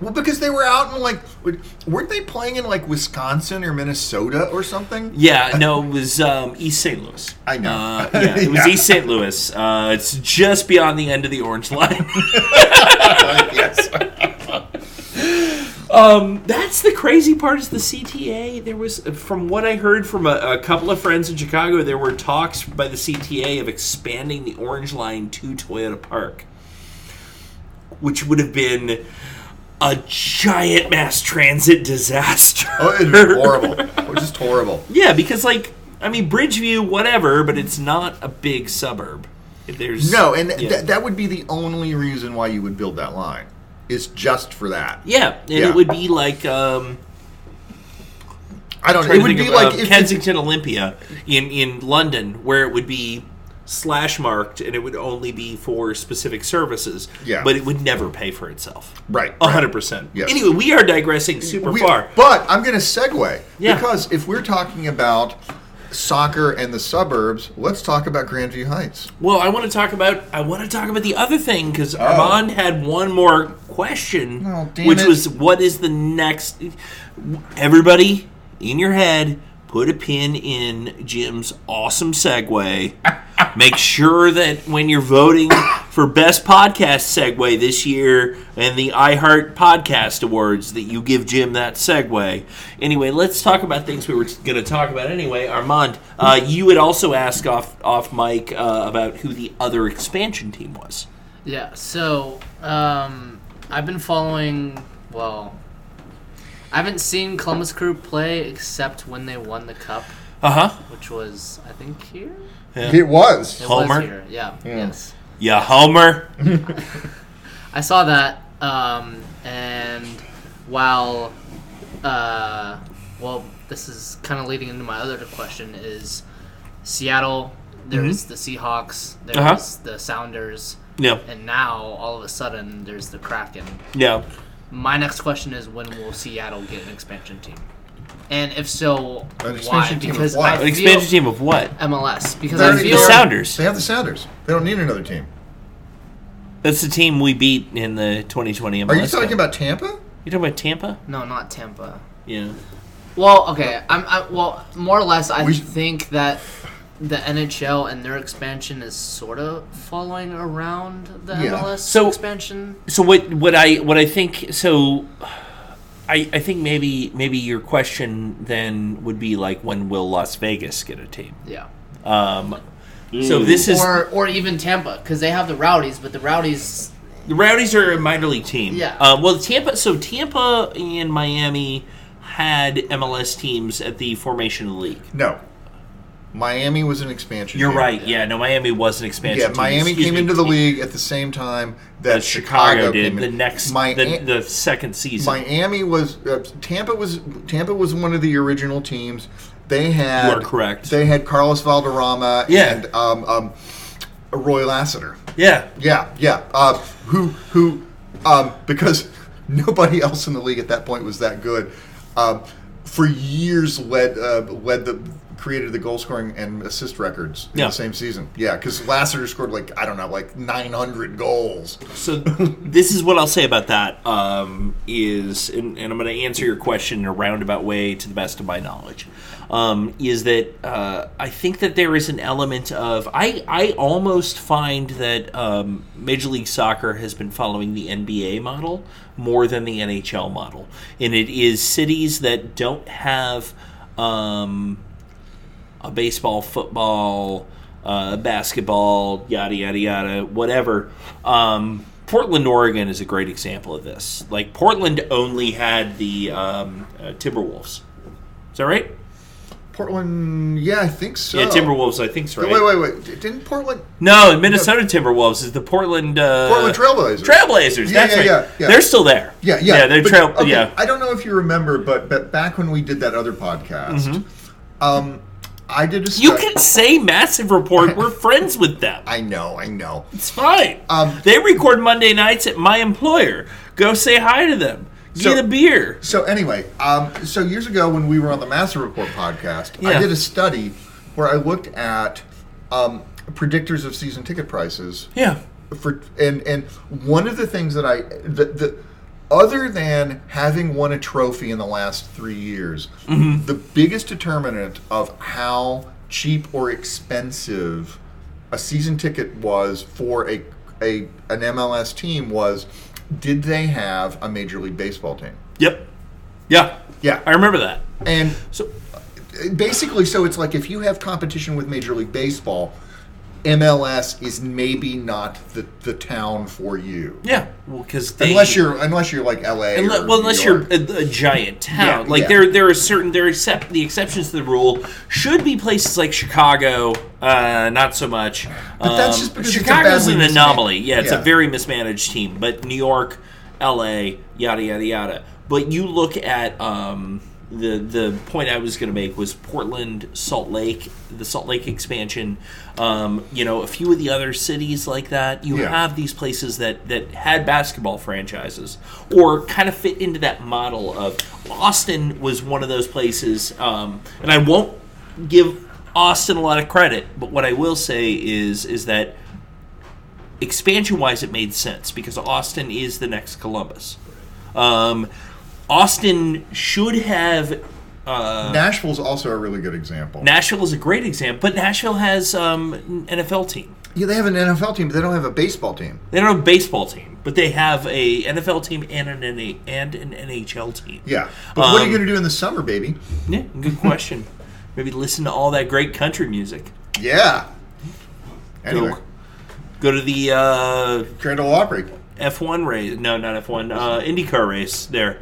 Speaker 5: Well, because they were out in like, w- weren't they playing in like Wisconsin or Minnesota or something?
Speaker 1: Yeah, no, it was um, East St. Louis.
Speaker 5: I know.
Speaker 1: Uh, yeah, it was
Speaker 5: Yeah.
Speaker 1: East St. Louis. Uh, it's just beyond the end of the orange line.
Speaker 5: yes.
Speaker 1: That's the crazy part is the CTA. There was, from what I heard from a, a couple of friends in Chicago, there were talks by the CTA of expanding the Orange Line to Toyota Park, which would have been a giant mass transit disaster.
Speaker 5: Oh, it was horrible. It was just horrible.
Speaker 1: yeah, because like I mean Bridgeview, whatever, but it's not a big suburb. There's
Speaker 5: No, and th-
Speaker 1: yeah.
Speaker 5: that would be the only reason why you would build that line. Is just for that.
Speaker 1: yeah, and
Speaker 5: Yeah.
Speaker 1: it would be like um,
Speaker 5: I don't.
Speaker 1: trying
Speaker 5: It
Speaker 1: to
Speaker 5: would
Speaker 1: think
Speaker 5: be
Speaker 1: of,
Speaker 5: like
Speaker 1: uh,
Speaker 5: if
Speaker 1: Kensington Olympia in in London, where it would be slash marked and it would only be for specific services.
Speaker 5: Yeah.
Speaker 1: but it would never pay for itself.
Speaker 5: Right,
Speaker 1: a
Speaker 5: right.
Speaker 1: hundred percent.
Speaker 5: Yes.
Speaker 1: Anyway, we are digressing super
Speaker 5: we-
Speaker 1: far.
Speaker 5: But I'm going to segue
Speaker 1: Yeah.
Speaker 5: because if we're talking about soccer and the suburbs, let's talk about Grandview Heights.
Speaker 1: Well, I want to talk about I want to talk about the other thing because Armand had one more question,
Speaker 5: Oh, damn
Speaker 1: which
Speaker 5: it.
Speaker 1: was what is the next? Everybody in your head, put a pin in Jim's awesome segue. Make sure that when you're voting for best podcast segue this year and the iHeart Podcast Awards, that you give Jim that segue. Anyway, let's talk about things we were going to talk about anyway. Armand, uh, you had also asked off off Mike uh, about who the other expansion team was.
Speaker 6: Yeah, so um, I've been following. Well, I haven't seen Columbus Crew play except when they won the cup,
Speaker 1: Uh
Speaker 5: Uh-huh.
Speaker 1: huh.
Speaker 6: which was I think here.
Speaker 5: It was.
Speaker 6: It
Speaker 1: Homer?
Speaker 6: Was here. Yeah. Yes.
Speaker 1: Yeah, Homer.
Speaker 6: I saw that, um, and while, uh, well, this is kind of leading into my other question is Seattle. There's the Seahawks. There's
Speaker 1: Uh-huh.
Speaker 6: the Sounders.
Speaker 1: No,
Speaker 6: And now, all of a sudden, there's the Kraken.
Speaker 1: no.
Speaker 6: My next question is when will Seattle get an expansion team? And if so,
Speaker 5: An
Speaker 6: why?
Speaker 5: expansion team of
Speaker 6: Because
Speaker 5: what?
Speaker 6: I
Speaker 1: An
Speaker 6: feel
Speaker 1: expansion team of what?
Speaker 6: MLS. Because
Speaker 5: They're
Speaker 6: I
Speaker 5: already
Speaker 6: feel
Speaker 1: The Sounders.
Speaker 5: They have the Sounders. They don't need another team.
Speaker 1: That's the team we beat in the 2020 MLS.
Speaker 5: Are you talking
Speaker 1: Cup.
Speaker 5: about Tampa?
Speaker 1: You talking about Tampa?
Speaker 6: no, not Tampa.
Speaker 1: Yeah.
Speaker 6: Well, okay. I'm, i well, more or less. I
Speaker 5: We-
Speaker 6: think that the NHL and their expansion is sort of following around the
Speaker 5: Yeah.
Speaker 6: MLS
Speaker 1: So-
Speaker 6: expansion.
Speaker 1: So what? What I what I think? So, I I think maybe maybe your question then would be like, when will Las Vegas get a team?
Speaker 6: Yeah.
Speaker 1: Um,
Speaker 5: Mm.
Speaker 1: so this is
Speaker 6: Or or even Tampa because they have the Rowdies, but the Rowdies.
Speaker 1: the Rowdies are a minor league team.
Speaker 6: Yeah.
Speaker 1: Uh, well, Tampa. So Tampa and Miami had MLS teams at the formation of the league.
Speaker 5: No. Miami was an expansion.
Speaker 1: You're
Speaker 5: team.
Speaker 1: right. Yeah. No, Miami was an expansion.
Speaker 5: Yeah,
Speaker 1: team.
Speaker 5: Miami
Speaker 1: Excuse
Speaker 5: came
Speaker 1: me.
Speaker 5: into the league at the same time that,
Speaker 1: That Chicago, did
Speaker 5: came
Speaker 1: the
Speaker 5: in.
Speaker 1: next
Speaker 5: Mi-
Speaker 1: the, the second season.
Speaker 5: Miami was uh, Tampa was Tampa was one of the original teams. They had
Speaker 1: You are correct.
Speaker 5: They had Carlos Valderrama
Speaker 1: Yeah.
Speaker 5: and um, um, Roy Lassiter.
Speaker 1: yeah.
Speaker 5: Yeah, yeah. Uh, who who um, because nobody else in the league at that point was that good. Um, for years led uh, led the created the goal scoring and assist records in
Speaker 1: Yeah.
Speaker 5: the same season. Yeah, because Lassiter scored like I don't know like 900 goals.
Speaker 1: So this is what I'll say about that um, is, and, and I'm going to answer your question in a roundabout way to the best of my knowledge. Um, is that uh, I think that there is an element of I I almost find that um, Major League Soccer has been following the NBA model more than the NHL model, and it is cities that don't have. Um, a baseball, football, uh, basketball, yada yada yada, whatever. Um, Portland, Oregon is a great example of this. Like Portland only had the um, uh, Timberwolves. Is that right?
Speaker 5: Portland, yeah, I think so.
Speaker 1: Yeah, Timberwolves. I think's right.
Speaker 5: Oh. Wait, wait, wait! D- Didn't Portland?
Speaker 1: No, Minnesota Timberwolves is the Portland uh,
Speaker 5: Portland Trailblazers.
Speaker 1: Trailblazers.
Speaker 5: Yeah,
Speaker 1: that's
Speaker 5: yeah,
Speaker 1: right.
Speaker 5: yeah, yeah.
Speaker 1: They're still there.
Speaker 5: Yeah, yeah.
Speaker 1: Yeah, they're
Speaker 5: but-
Speaker 1: trail.
Speaker 5: okay,
Speaker 1: Yeah,
Speaker 5: I don't know if you remember, but, but back when we did that other podcast, um, I did a.
Speaker 1: you
Speaker 5: spe-
Speaker 1: can say massive report. We're friends with them.
Speaker 5: I know, I know.
Speaker 1: It's fine.
Speaker 5: Um,
Speaker 1: they record Monday nights at my employer. Go say hi to them.
Speaker 5: So-
Speaker 1: Get a beer.
Speaker 5: So anyway, um, so years ago when we were on the Master Report podcast, I
Speaker 1: Yeah.
Speaker 5: did a study where I looked at um, predictors of season ticket prices
Speaker 1: Yeah.
Speaker 5: for and and one of the things that I the, the other than having won a trophy in the last three years,
Speaker 1: Mm-hmm.
Speaker 5: the biggest determinant of how cheap or expensive a season ticket was for a, a an MLS team was did they have a major league baseball team?
Speaker 1: Yep. Yeah.
Speaker 5: Yeah.
Speaker 1: I remember that.
Speaker 5: And uh,
Speaker 1: So
Speaker 5: basically, so it's like if you have competition with Major League Baseball, MLS is maybe not the, the town for you.
Speaker 1: yeah, well, because
Speaker 5: Unless you're unless you're like LA.
Speaker 1: Unle-
Speaker 5: or
Speaker 1: well,
Speaker 5: New
Speaker 1: unless
Speaker 5: York.
Speaker 1: you're a, a giant town,
Speaker 5: Yeah,
Speaker 1: like
Speaker 5: yeah.
Speaker 1: there, there are certain there except the exceptions to the rule should be places like Chicago, uh, not so much. But
Speaker 5: that's just because it's a
Speaker 1: Chicago's
Speaker 5: badly
Speaker 1: an
Speaker 5: mismanaged-
Speaker 1: anomaly. Yeah, it's
Speaker 5: yeah.
Speaker 1: a very mismanaged team. But New York, L.A., yada yada yada. But you look at um, the the point I was going to make was Portland, Salt Lake, the Salt Lake expansion. Um, you know, a few of the other cities like that. You
Speaker 5: Yeah.
Speaker 1: have these places that that had basketball franchises or kind of fit into that model of Austin was one of those places. Um, and I won't give Austin a lot of credit, but what I will say is is that expansion wise, it made sense because Austin is the next Columbus. Um, Austin should have. Uh,
Speaker 5: Nashville's also a really good example.
Speaker 1: Nashville is a great example, but Nashville has um, an NFL team.
Speaker 5: yeah, they have an NFL team, but they don't have a baseball team.
Speaker 1: They don't have a baseball team, but they have a NFL team and an NA and an NHL team.
Speaker 5: Yeah, but what are you
Speaker 1: Um,
Speaker 5: going to do in the summer, baby?
Speaker 1: Yeah, good question. Maybe listen to all that great country music.
Speaker 5: Yeah. Anyway,
Speaker 1: Go, go to the uh,
Speaker 5: Grand Ole Opry.
Speaker 1: F1 race. No, not F1. Uh, IndyCar race there.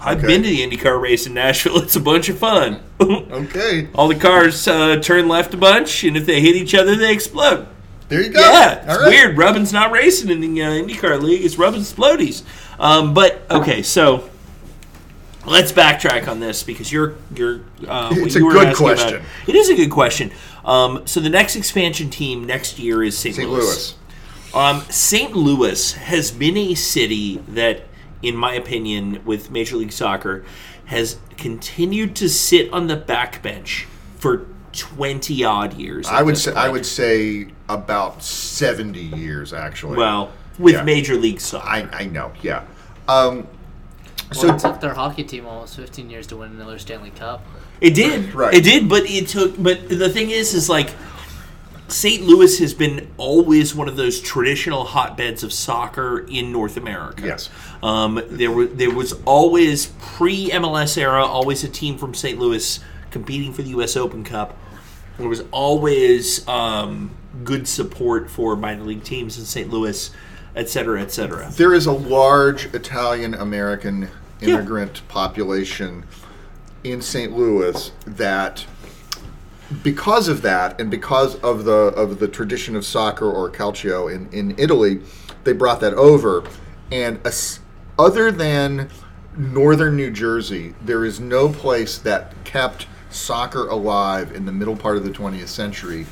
Speaker 1: I've
Speaker 5: Okay.
Speaker 1: been to the IndyCar race in Nashville. It's a bunch of fun.
Speaker 5: Okay,
Speaker 1: All the cars uh, turn left a bunch, and if they hit each other, they explode.
Speaker 5: there you go.
Speaker 1: Yeah,
Speaker 5: All
Speaker 1: it's
Speaker 5: right.
Speaker 1: weird. Rubin's not racing in the uh, IndyCar league. It's Rubin's floaties. Um, but okay, so let's backtrack on this because you're you're. Uh, what
Speaker 5: It's
Speaker 1: you
Speaker 5: a
Speaker 1: were
Speaker 5: good
Speaker 1: asking about-
Speaker 5: question.
Speaker 1: it is a good question. Um, so the next expansion team next year is St.
Speaker 5: St.
Speaker 1: Louis.
Speaker 5: Louis.
Speaker 1: Um, St. Louis has been a city that, in my opinion, with Major League Soccer, has continued to sit on the backbench for twenty odd years.
Speaker 5: I
Speaker 1: at
Speaker 5: would
Speaker 1: this
Speaker 5: say I
Speaker 1: point.
Speaker 5: would say about seventy years actually.
Speaker 1: Well, with
Speaker 5: Yeah.
Speaker 1: Major League Soccer.
Speaker 5: I I know. Yeah. Um,
Speaker 6: So
Speaker 5: so
Speaker 6: it took their hockey team almost 15 years to win another Stanley Cup.
Speaker 1: It did.
Speaker 5: Right.
Speaker 1: It did, but it took. But the thing is, is like St. Louis has been always one of those traditional hotbeds of soccer in North America.
Speaker 5: Yes.
Speaker 1: Um, there was there was always pre MLS era, always a team from St. Louis competing for the U.S. Open Cup. There was always um, good support for minor league teams in St. Louis, et cetera, et cetera.
Speaker 5: there is a large Italian American immigrant population in St. Louis that because of that and because of the of the tradition of soccer or calcio in, in Italy, they brought that over. And as, other than northern New Jersey, there is no place that kept soccer alive in the middle part of the 20th century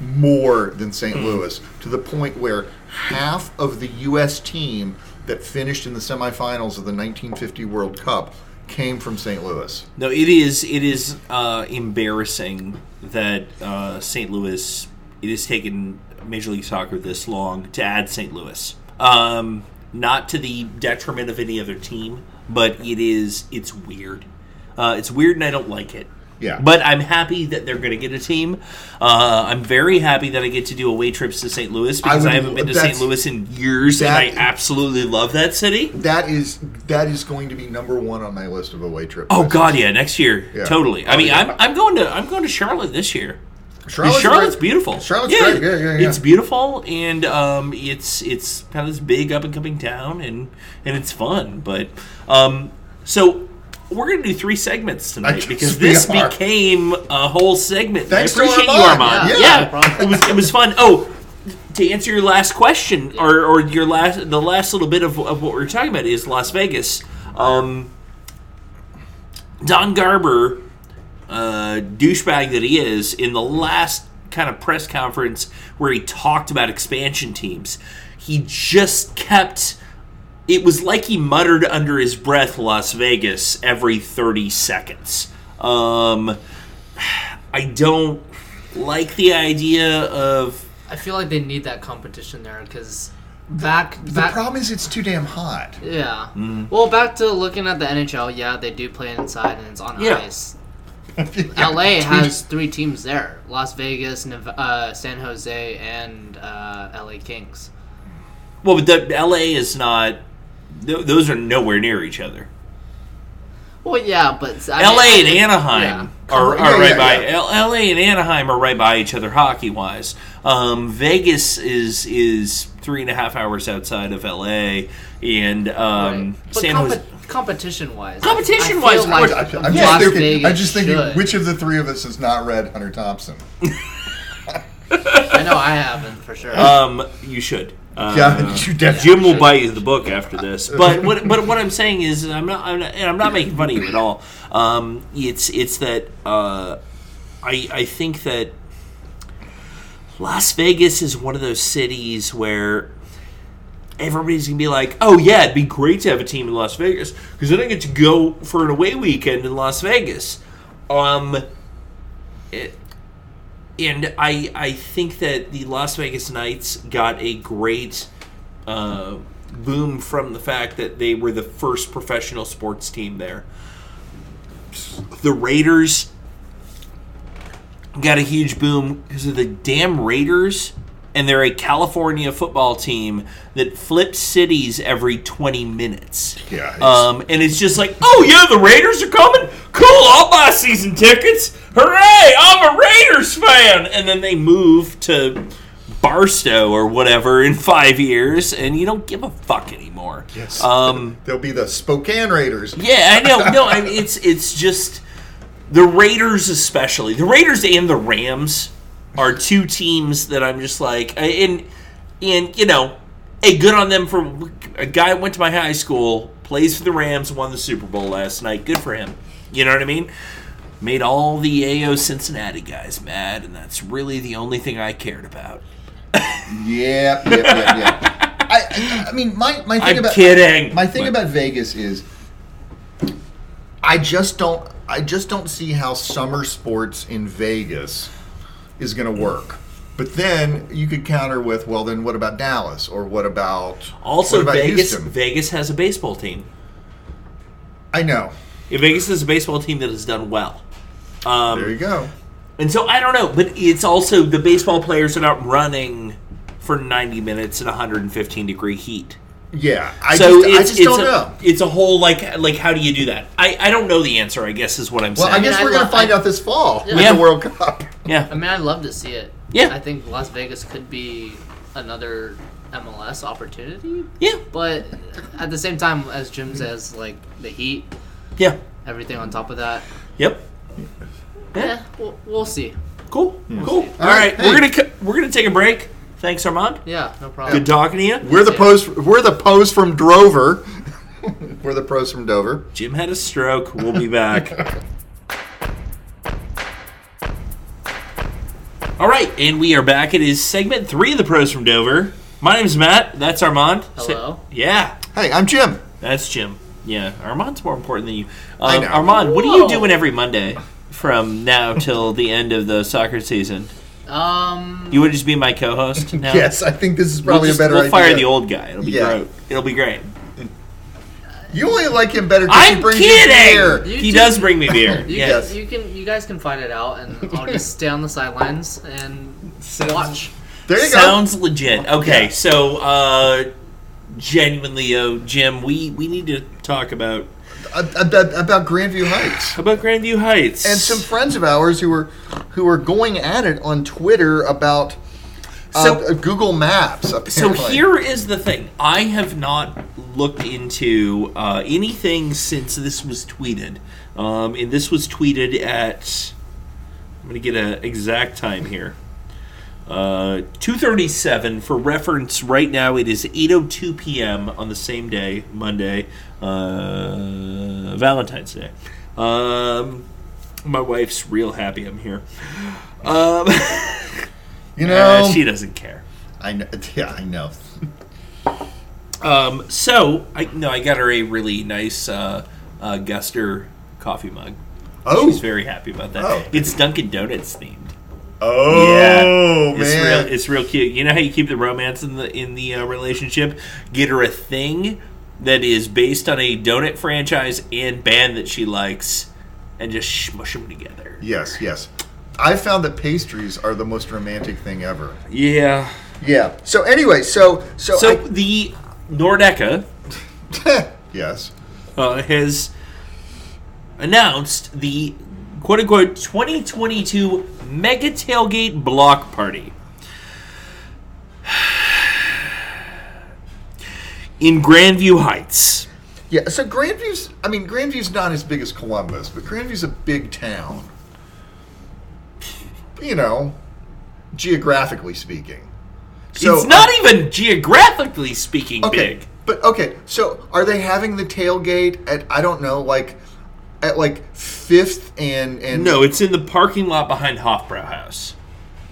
Speaker 5: more than St. Louis to the point where half of the U.S. team that finished in the semifinals of the 1950 World Cup came from St. Louis.
Speaker 1: No, it is it is uh, embarrassing that uh, St. Louis it has taken Major League Soccer this long to add St. Louis. Um, not to the detriment of any other team, but it is it's weird. Uh, it's weird, and I don't like it.
Speaker 5: Yeah.
Speaker 1: But I'm happy that they're going to get a team. Uh, I'm very happy that I get to do away trips to St. Louis because I,
Speaker 5: would-
Speaker 1: haven't been to
Speaker 5: that's-
Speaker 1: St. Louis in years, and
Speaker 5: that-
Speaker 1: I absolutely love that city.
Speaker 5: That is that is going to be number one on my list of away trips.
Speaker 1: Oh God, yeah, next year,
Speaker 5: Yeah.
Speaker 1: totally. I
Speaker 5: Oh,
Speaker 1: mean,
Speaker 5: yeah.
Speaker 1: I'm, I'm going to I'm going to Charlotte this year.
Speaker 5: Charlotte's
Speaker 1: Charlotte's,
Speaker 5: great.
Speaker 1: beautiful.
Speaker 5: Charlotte's great, yeah, yeah, yeah.
Speaker 1: It's beautiful, and um, it's it's kind of this big up and coming town, and and it's fun. But um, so we're gonna do three segments tonight
Speaker 5: just-
Speaker 1: because
Speaker 5: we
Speaker 1: this
Speaker 5: are.
Speaker 1: became a whole segment.
Speaker 5: Thanks
Speaker 1: I
Speaker 5: to
Speaker 1: appreciate you,
Speaker 5: Armand.
Speaker 1: Armand.
Speaker 5: Yeah.
Speaker 6: Yeah,
Speaker 1: Yeah,
Speaker 6: no problem.
Speaker 1: it was it was fun. Oh. To answer your last question, or, or your last, the last little bit of, of what we we're talking about is Las Vegas. Um, Don Garber, uh, douchebag that he is, in the last kind of press conference where he talked about expansion teams, he just kept. It was like he muttered under his breath Las Vegas every 30 seconds. Um, I don't like the idea of.
Speaker 6: I feel like they need that competition there because back
Speaker 5: The
Speaker 6: back
Speaker 5: problem is it's too damn hot.
Speaker 6: yeah.
Speaker 1: Mm-hmm.
Speaker 6: Well, back to looking at the NHL. Yeah, they do play inside and it's on
Speaker 1: Yeah.
Speaker 6: ice. LA has three teams there: Las Vegas, Nev- uh, San Jose, and uh, LA Kings.
Speaker 1: Well, but the, LA is not. th- those are nowhere near each other.
Speaker 6: Well, yeah, but I
Speaker 1: LA
Speaker 6: mean,
Speaker 1: and Anaheim
Speaker 6: Yeah.
Speaker 1: are,
Speaker 5: Yeah,
Speaker 1: are right
Speaker 5: yeah,
Speaker 1: by
Speaker 5: yeah.
Speaker 1: L- LA and Anaheim are right by each other hockey wise. Um, Vegas is is three and a half hours outside of LA, and um,
Speaker 6: Right. But
Speaker 1: San Jose.
Speaker 6: competition wise,
Speaker 1: Competition-wise, of
Speaker 6: like
Speaker 1: course.
Speaker 5: I, am
Speaker 6: Las
Speaker 5: just thinking,
Speaker 6: Vegas
Speaker 5: I'm just thinking
Speaker 6: should.
Speaker 5: which of the three of us has not read Hunter Thompson?
Speaker 6: I know I haven't for sure.
Speaker 1: Um, you should.
Speaker 5: yeah, you definitely.
Speaker 1: Jim will bite you the book after this. But what but what I'm saying is I'm not, I'm not and I'm not making fun of you at all. Um, it's it's that uh, I I think that Las Vegas is one of those cities where everybody's gonna be like, oh yeah, it'd be great to have a team in Las Vegas because then I get to go for an away weekend in Las Vegas. Um, it- and I I think that the Las Vegas Knights got a great uh, boom from the fact that they were the first professional sports team there. The Raiders got a huge boom because of the damn Raiders, and they're a California football team that flips cities every 20 minutes.
Speaker 5: Yeah, it's-
Speaker 1: Um, and it's just like, oh yeah, the Raiders are coming. Cool, I'll buy season tickets. Hooray! I'm a Raiders fan. And then they move to Barstow or whatever in five years, and you don't give a fuck anymore.
Speaker 5: Yes.
Speaker 1: Um,
Speaker 5: They'll be the Spokane Raiders.
Speaker 1: yeah, I know. No, I mean, it's it's just the Raiders, especially the Raiders and the Rams, are two teams that I'm just like, and and you know, hey, good on them for a guy went to my high school, plays for the Rams, won the Super Bowl last night. Good for him. You know what I mean? Made all the AO Cincinnati guys mad, and that's really the only thing I cared about.
Speaker 5: Yeah, yeah, yeah, yeah. I, I mean, my, my thing
Speaker 1: I'm
Speaker 5: about
Speaker 1: kidding.
Speaker 5: my thing
Speaker 1: But-
Speaker 5: about Vegas is, I just don't, I just don't see how summer sports in Vegas is going to work. But then you could counter with, well, then what about Dallas or what about
Speaker 1: Also,
Speaker 5: what about
Speaker 1: Vegas
Speaker 5: Houston?
Speaker 1: Vegas has a baseball team.
Speaker 5: I know.
Speaker 1: Vegas is a baseball team that has done well. Um,
Speaker 5: There you go.
Speaker 1: And so I don't know, but it's also the baseball players are not running for 90 minutes in 115 degree heat.
Speaker 5: Yeah, I
Speaker 1: so
Speaker 5: just, I
Speaker 1: it's,
Speaker 5: just
Speaker 1: it's
Speaker 5: don't
Speaker 1: a,
Speaker 5: know.
Speaker 1: It's a whole like like how do you do that? I, I don't know the answer. I guess is what I'm
Speaker 5: Well, I
Speaker 1: saying.
Speaker 5: guess
Speaker 6: I
Speaker 5: we're going to
Speaker 6: love-
Speaker 5: find
Speaker 6: I-
Speaker 5: out this fall with
Speaker 1: Yeah.
Speaker 5: the World Cup.
Speaker 6: I
Speaker 1: yeah,
Speaker 6: mean, I'd love to see it.
Speaker 1: Yeah.
Speaker 6: I think Las Vegas could be another MLS opportunity,
Speaker 1: yeah,
Speaker 6: but at the same time, as
Speaker 1: Mm-hmm.
Speaker 6: Jim says, like the heat,
Speaker 1: yeah,
Speaker 6: everything on top of that.
Speaker 1: yep.
Speaker 6: Yeah, we'll, we'll see.
Speaker 1: Cool, cool. All right,
Speaker 5: right,
Speaker 1: we're
Speaker 5: hey.
Speaker 1: gonna co- we're gonna take a break. Thanks, Armand.
Speaker 6: Yeah, no problem.
Speaker 1: Good talking to you.
Speaker 5: We're the pros. We're the pros from Drover. we're the pros from Dover.
Speaker 1: Jim had a stroke. We'll be back. All right, and we are back. It is segment three of the Pros from Dover. My name's Matt. That's Armand. Say-
Speaker 6: Hello.
Speaker 1: yeah,
Speaker 5: Hey, I'm Jim.
Speaker 1: that's Jim. Yeah, Armand's more important than you.
Speaker 5: I
Speaker 1: Um,
Speaker 5: know.
Speaker 1: Armand, what are you
Speaker 6: Whoa.
Speaker 1: doing every Monday from now till the end of the soccer season?
Speaker 6: Um,
Speaker 1: You would just be my co-host now.
Speaker 5: Yes, I think this is
Speaker 1: We'll
Speaker 5: probably
Speaker 1: just-
Speaker 5: a better
Speaker 1: We'll
Speaker 5: idea.
Speaker 1: fire the old guy. It'll be
Speaker 5: Yeah.
Speaker 1: great. It'll be great.
Speaker 5: You only like him better because he
Speaker 1: I'm
Speaker 5: brings
Speaker 1: kidding.
Speaker 5: you beer.
Speaker 6: You
Speaker 1: he
Speaker 6: two-
Speaker 1: does bring me beer.
Speaker 6: you
Speaker 1: yes.
Speaker 6: can, you can you guys can find it out, and I'll just stay on the sidelines and watch.
Speaker 5: There you
Speaker 1: Sounds legit. Okay, so uh genuinely, oh Jim, we we need to talk about
Speaker 5: go. A- About, about Grandview Heights
Speaker 1: about Grandview Heights
Speaker 5: and some friends of ours who were who were going at it on Twitter about uh,
Speaker 1: So-
Speaker 5: Google Maps.
Speaker 1: So
Speaker 5: Apparently.
Speaker 1: here is the thing: I have not looked into uh, anything since this was tweeted, um, and this was tweeted at. I'm going to get an exact time here. Uh, 2:37 for reference. Right now, it is 8:02 p.m. on the same day, Monday, uh, Valentine's Day. Um, my wife's real happy I'm here. Um,
Speaker 5: you know,
Speaker 1: uh, she doesn't care.
Speaker 5: I know. Yeah, I know.
Speaker 1: Um, so I no, I got her a really nice uh, uh, Guster coffee mug.
Speaker 5: Oh,
Speaker 1: She's very happy about that.
Speaker 5: Oh.
Speaker 1: It's Dunkin' Donuts themed.
Speaker 5: oh, man.
Speaker 1: it's real. It's real cute. You know how you keep the romance in the in the uh, relationship? Get her a thing that is based on a donut franchise and band that she likes, and just smush them together.
Speaker 5: yes, yes. I found that pastries are the most romantic thing ever.
Speaker 1: Yeah.
Speaker 5: Yeah. So anyway, so so,
Speaker 1: So
Speaker 5: I-
Speaker 1: the Nordeca
Speaker 5: yes.
Speaker 1: uh, has announced the quote unquote 2022 Mega Tailgate Block Party. In Grandview Heights.
Speaker 5: Yeah, so Grandview's, I mean, Grandview's not as big as Columbus, but Grandview's a big town. You know, geographically speaking. So uh,
Speaker 1: it's not even geographically speaking
Speaker 5: okay,
Speaker 1: big.
Speaker 5: but okay. So are they having the tailgate at I don't know, like at like fifth and and
Speaker 1: No, it's in the parking lot behind Hofbrauhaus.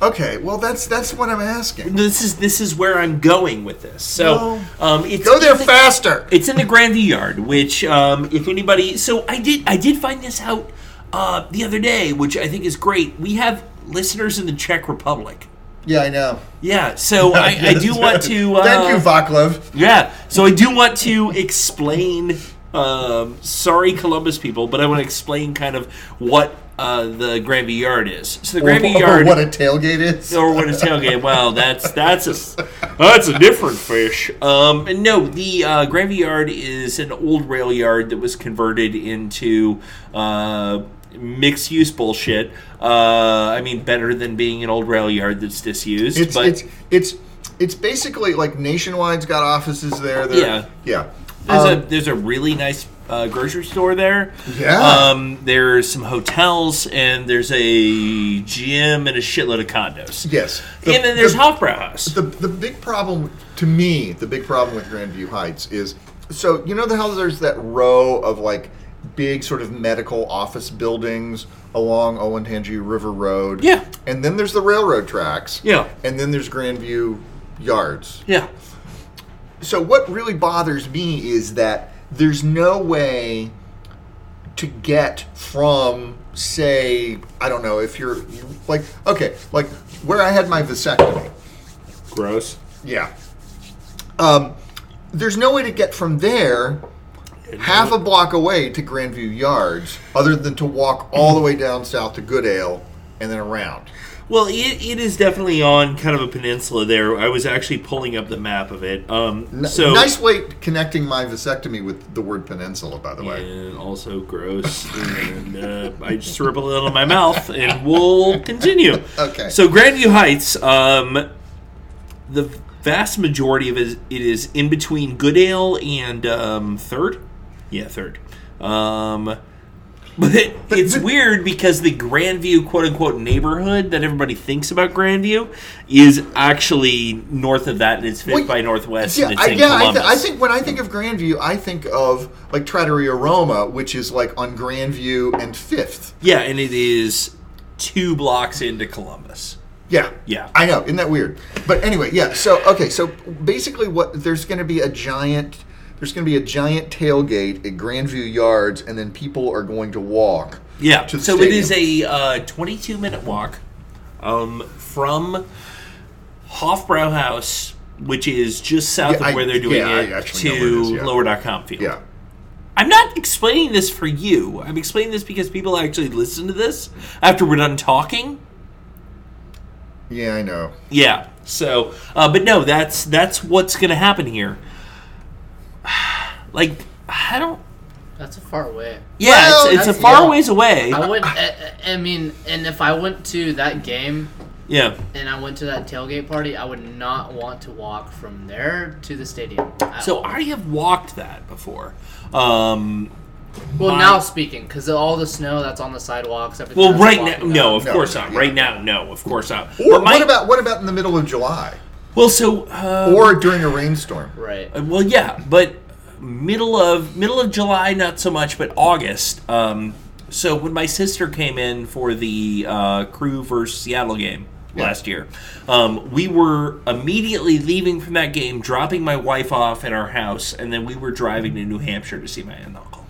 Speaker 5: Okay, well that's that's what I'm asking.
Speaker 1: This is this is where I'm going with this. So um, it's
Speaker 5: Go there
Speaker 1: in the-
Speaker 5: faster.
Speaker 1: It's in the Grandy Yard, which um, if anybody, so I did I did find this out uh, the other day, which I think is great. We have listeners in the Czech Republic.
Speaker 5: Yeah, I know.
Speaker 1: Yeah, so I, I do want to. Uh,
Speaker 5: Thank you, Vaclav.
Speaker 1: Yeah, so I do want to explain. Um, sorry, Columbus people, but I want to explain kind of what uh, the Granby Yard is. So the Granby
Speaker 5: Or
Speaker 1: Yard,
Speaker 5: Oh, What a tailgate is.
Speaker 1: or what a tailgate. Well, that's that's a that's a different fish. Um, and no, the uh, gravy yard is an old rail yard that was converted into uh, mixed use bullshit. Uh, I mean, better than being an old rail yard that's disused.
Speaker 5: It's
Speaker 1: but
Speaker 5: it's it's it's basically like Nationwide's got offices there. They're-
Speaker 1: Yeah.
Speaker 5: yeah.
Speaker 1: There's
Speaker 5: Um,
Speaker 1: a there's a really nice uh, grocery store there.
Speaker 5: Yeah.
Speaker 1: Um, there's some hotels and there's a gym and a shitload of condos.
Speaker 5: Yes.
Speaker 1: and then there's
Speaker 5: the,
Speaker 1: Hofbrauhaus.
Speaker 5: the the big problem to me, the big problem with Grandview Heights is so you know the how there's that row of like big sort of medical office buildings along Olentangy River Road.
Speaker 1: Yeah.
Speaker 5: And then there's the railroad tracks.
Speaker 1: Yeah.
Speaker 5: And then there's Grandview Yards.
Speaker 1: yeah.
Speaker 5: so what really bothers me is that there's no way to get from say i don't know if you're you- like okay like where i had my vasectomy
Speaker 1: Gross.
Speaker 5: yeah um, there's no way to get from there half a block away to grandview yards other than to walk all the way down south to goodale and then around
Speaker 1: Well, it, it is definitely on kind of a peninsula there. I was actually pulling up the map of it. Um,
Speaker 5: N-
Speaker 1: so
Speaker 5: nice way connecting my vasectomy with the word peninsula by the way
Speaker 1: and also gross. and uh, I just rippled it out of my mouth, and we'll continue.
Speaker 5: Okay.
Speaker 1: So Grandview Heights, um, the vast majority of it is, it is in between Goodale and um, Third. Yeah, Third. Um, but it, it's weird because the Grandview quote unquote neighborhood that everybody thinks about Grandview is actually north of that, and it's fit
Speaker 5: Well,
Speaker 1: by Northwest,
Speaker 5: Yeah,
Speaker 1: and it's
Speaker 5: I,
Speaker 1: in
Speaker 5: yeah I,
Speaker 1: Columbus.
Speaker 5: th- I think when I think of Grandview, I think of like Trattoria Roma, which is like on Grandview and Fifth.
Speaker 1: Yeah, and it is two blocks into Columbus.
Speaker 5: Yeah,
Speaker 1: Yeah.
Speaker 5: I know. Isn't that weird? But anyway, yeah. So okay, so basically, what there's going to be a giant, there's going to be a giant tailgate at Grandview Yards, and then people are going to walk.
Speaker 1: Yeah.
Speaker 5: to the
Speaker 1: So it is
Speaker 5: stadium.
Speaker 1: a uh, 22 minute walk um, from Hofbrauhaus, which is just south
Speaker 5: Yeah, I-
Speaker 1: of where they're doing
Speaker 5: yeah, I
Speaker 1: it,
Speaker 5: actually
Speaker 1: to
Speaker 5: know where it is, yeah.
Speaker 1: lower.com field.
Speaker 5: yeah.
Speaker 1: I'm not explaining this for you. I'm explaining this because people actually listen to this after we're done talking.
Speaker 5: Yeah, I know.
Speaker 1: Yeah. So, uh, but no, that's that's what's going to happen here. Like, I don't.
Speaker 6: That's a far away.
Speaker 1: Yeah,
Speaker 5: Well,
Speaker 1: it's, it's a
Speaker 5: that's-
Speaker 1: far
Speaker 5: yeah.
Speaker 1: ways away.
Speaker 6: I would. I, I mean, and if I went to that game
Speaker 1: Yeah.
Speaker 6: and I went to that tailgate party, I would not want to walk from there to the stadium. at
Speaker 1: So
Speaker 5: Oh.
Speaker 6: all.
Speaker 1: I have walked that before. Um,
Speaker 6: well,
Speaker 1: my-
Speaker 6: now speaking, because all the snow that's on the sidewalks, everything.
Speaker 1: well,
Speaker 6: that's
Speaker 1: right now,
Speaker 6: blocking
Speaker 1: no,
Speaker 6: that.
Speaker 1: of
Speaker 5: No,
Speaker 1: course not.
Speaker 5: yeah.
Speaker 1: Right now, no, of course not.
Speaker 5: Or
Speaker 1: But my-
Speaker 5: what about what about in the middle of July
Speaker 1: Well, so uh,
Speaker 5: or during a rainstorm?
Speaker 6: Right.
Speaker 1: well, yeah, but middle of middle of July, not so much, but August. Um, so when my sister came in for the uh, crew versus Seattle game last year, um, we were immediately leaving from that game, dropping my wife off at our house, and then we were driving to New Hampshire to see my aunt and uncle.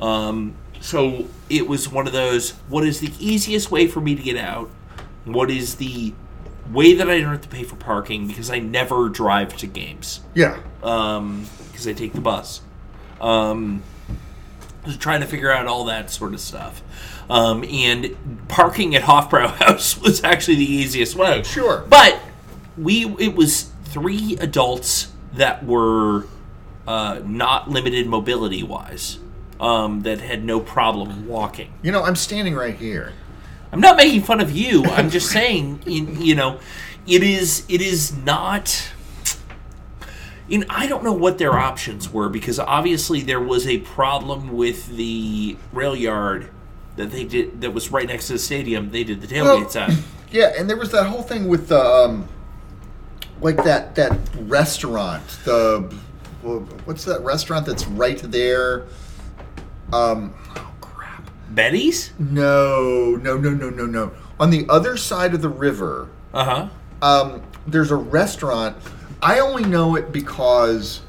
Speaker 1: Um, so it was one of those what is the easiest way for me to get out? What is the way that I don't have to pay for parking because I never drive to games
Speaker 5: Yeah.
Speaker 1: Uh. because I take the bus. Um, just trying to figure out all that sort of stuff. Um, and parking at Hofbrauhaus was actually the easiest way.
Speaker 5: Sure.
Speaker 1: But we it was three adults that were uh, not limited mobility wise um, that had no problem walking.
Speaker 5: You know, I'm standing right here.
Speaker 1: I'm not making fun of you. I'm just saying, in, you know, it is it is not. In I don't know what their options were because obviously there was a problem with the rail yard that they did that was right next to the stadium. They did the tailgates
Speaker 5: Well-
Speaker 1: at.
Speaker 5: Yeah, and there was that whole thing with the um, uh, like that that restaurant. The what's that restaurant that's right there? Um,
Speaker 1: Betty's?
Speaker 5: no, no, no, no, no, no. On the other side of the river,
Speaker 1: Uh huh.
Speaker 5: um, there's a restaurant. I only know it because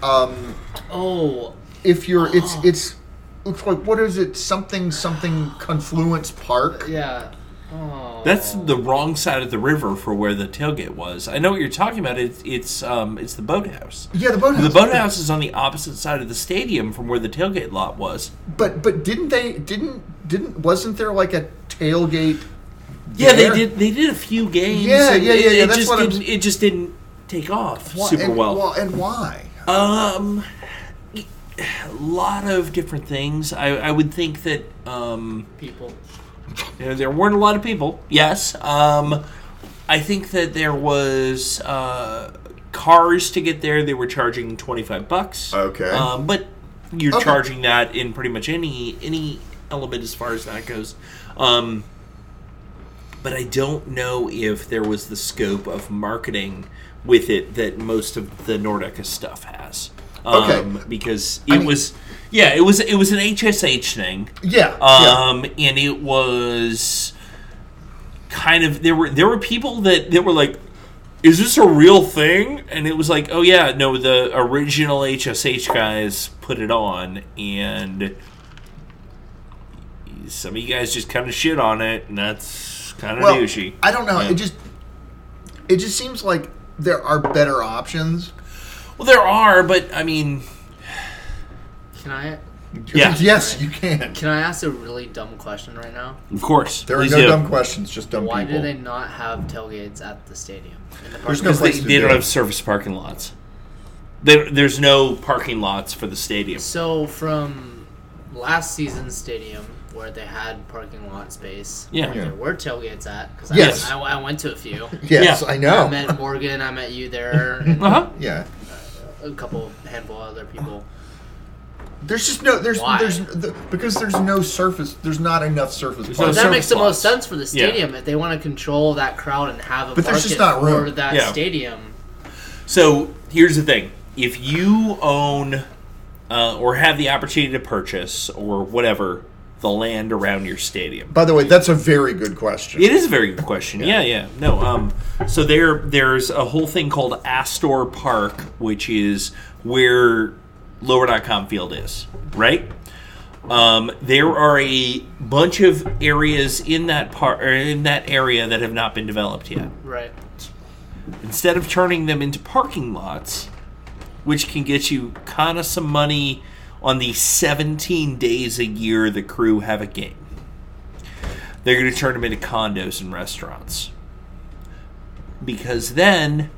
Speaker 5: um,
Speaker 6: Oh,
Speaker 5: if you're, it's it's it's like what is it? Something something confluence park.
Speaker 6: yeah. Oh.
Speaker 1: That's the wrong side of the river for where the tailgate was. I know what you're talking about. It's it's um it's the boathouse.
Speaker 5: Yeah, the boathouse.
Speaker 1: The boathouse is on the opposite side of the stadium from where the tailgate lot was.
Speaker 5: But but didn't they didn't didn't wasn't there like a tailgate?
Speaker 1: Yeah, they
Speaker 5: there?
Speaker 1: did. They did a few games.
Speaker 5: Yeah,
Speaker 1: and
Speaker 5: yeah, yeah,
Speaker 1: It,
Speaker 5: yeah,
Speaker 1: it
Speaker 5: that's
Speaker 1: just
Speaker 5: what I'm-
Speaker 1: didn't. It just didn't take off
Speaker 5: Why-
Speaker 1: super
Speaker 5: and,
Speaker 1: well.
Speaker 5: And why?
Speaker 1: Um, a lot of different things. I, I would think that um,
Speaker 6: people.
Speaker 1: you know, there weren't a lot of people. Yes. Um, I think that there was uh, cars to get there. They were charging twenty five bucks.
Speaker 5: Okay.
Speaker 1: Um, but you're
Speaker 5: Okay.
Speaker 1: charging that in pretty much any any element as far as that goes. Um, but I don't know if there was the scope of marketing with it that most of the Nordica stuff has. Um,
Speaker 5: Okay.
Speaker 1: Because it was, yeah, it was it was an HSH thing.
Speaker 5: Yeah. yeah.
Speaker 1: Um, and it was kind of there were there were people that that were like, "Is this a real thing?" And it was like, "Oh yeah, no, the original HSH guys put it on, and some of you guys just kind of shit on it, and that's kind of
Speaker 5: Well,
Speaker 1: douchey."
Speaker 5: I don't know. It just it just seems like there are better options.
Speaker 1: Well, there are, but I mean,
Speaker 6: Can I
Speaker 1: yeah,
Speaker 5: Yes, you can.
Speaker 6: can I ask a really dumb question right now?
Speaker 1: of course.
Speaker 5: There are
Speaker 1: please
Speaker 5: no
Speaker 1: do.
Speaker 5: dumb questions, just dumb
Speaker 6: Why
Speaker 5: people.
Speaker 6: do they not have tailgates at the stadium? In the park?
Speaker 5: There's no
Speaker 1: They,
Speaker 5: place to
Speaker 1: they
Speaker 5: do
Speaker 1: don't
Speaker 5: it.
Speaker 1: have service parking lots. There, there's no parking lots for the stadium.
Speaker 6: So from last season's stadium, where they had parking lot space,
Speaker 1: Yeah.
Speaker 6: where there were tailgates at, because
Speaker 5: Yes.
Speaker 6: I, I, went to a few.
Speaker 5: Yes,
Speaker 1: Yeah.
Speaker 5: I
Speaker 6: I
Speaker 5: know.
Speaker 6: met Morgan. I met you there, and
Speaker 1: Uh huh.
Speaker 5: Yeah.
Speaker 6: a couple handful other people.
Speaker 5: There's just no there's
Speaker 6: Why?
Speaker 5: there's the, because there's no surface. There's not enough surface.
Speaker 1: no
Speaker 5: parking.
Speaker 1: sur-
Speaker 6: That makes the
Speaker 1: surface
Speaker 6: most
Speaker 1: lots.
Speaker 6: sense for the
Speaker 1: Yeah.
Speaker 6: stadium if they want to control that crowd and have a
Speaker 5: But there's
Speaker 6: market
Speaker 5: just not room.
Speaker 6: for that
Speaker 1: Yeah.
Speaker 6: stadium.
Speaker 1: So here's the thing: if you own uh, or have the opportunity to purchase or whatever the land around your stadium,
Speaker 5: By the way, that's a very good question.
Speaker 1: it is a very good question. Yeah, yeah. No, um, so there there's a whole thing called Astor Park, which is where Lower.com Field is, right? Um, there are a bunch of areas in that part in that area that have not been developed yet
Speaker 6: Right.
Speaker 1: instead of turning them into parking lots, which can get you kind of some money on the 17 days a year the crew have a game. They're going to turn them into condos and restaurants. Because then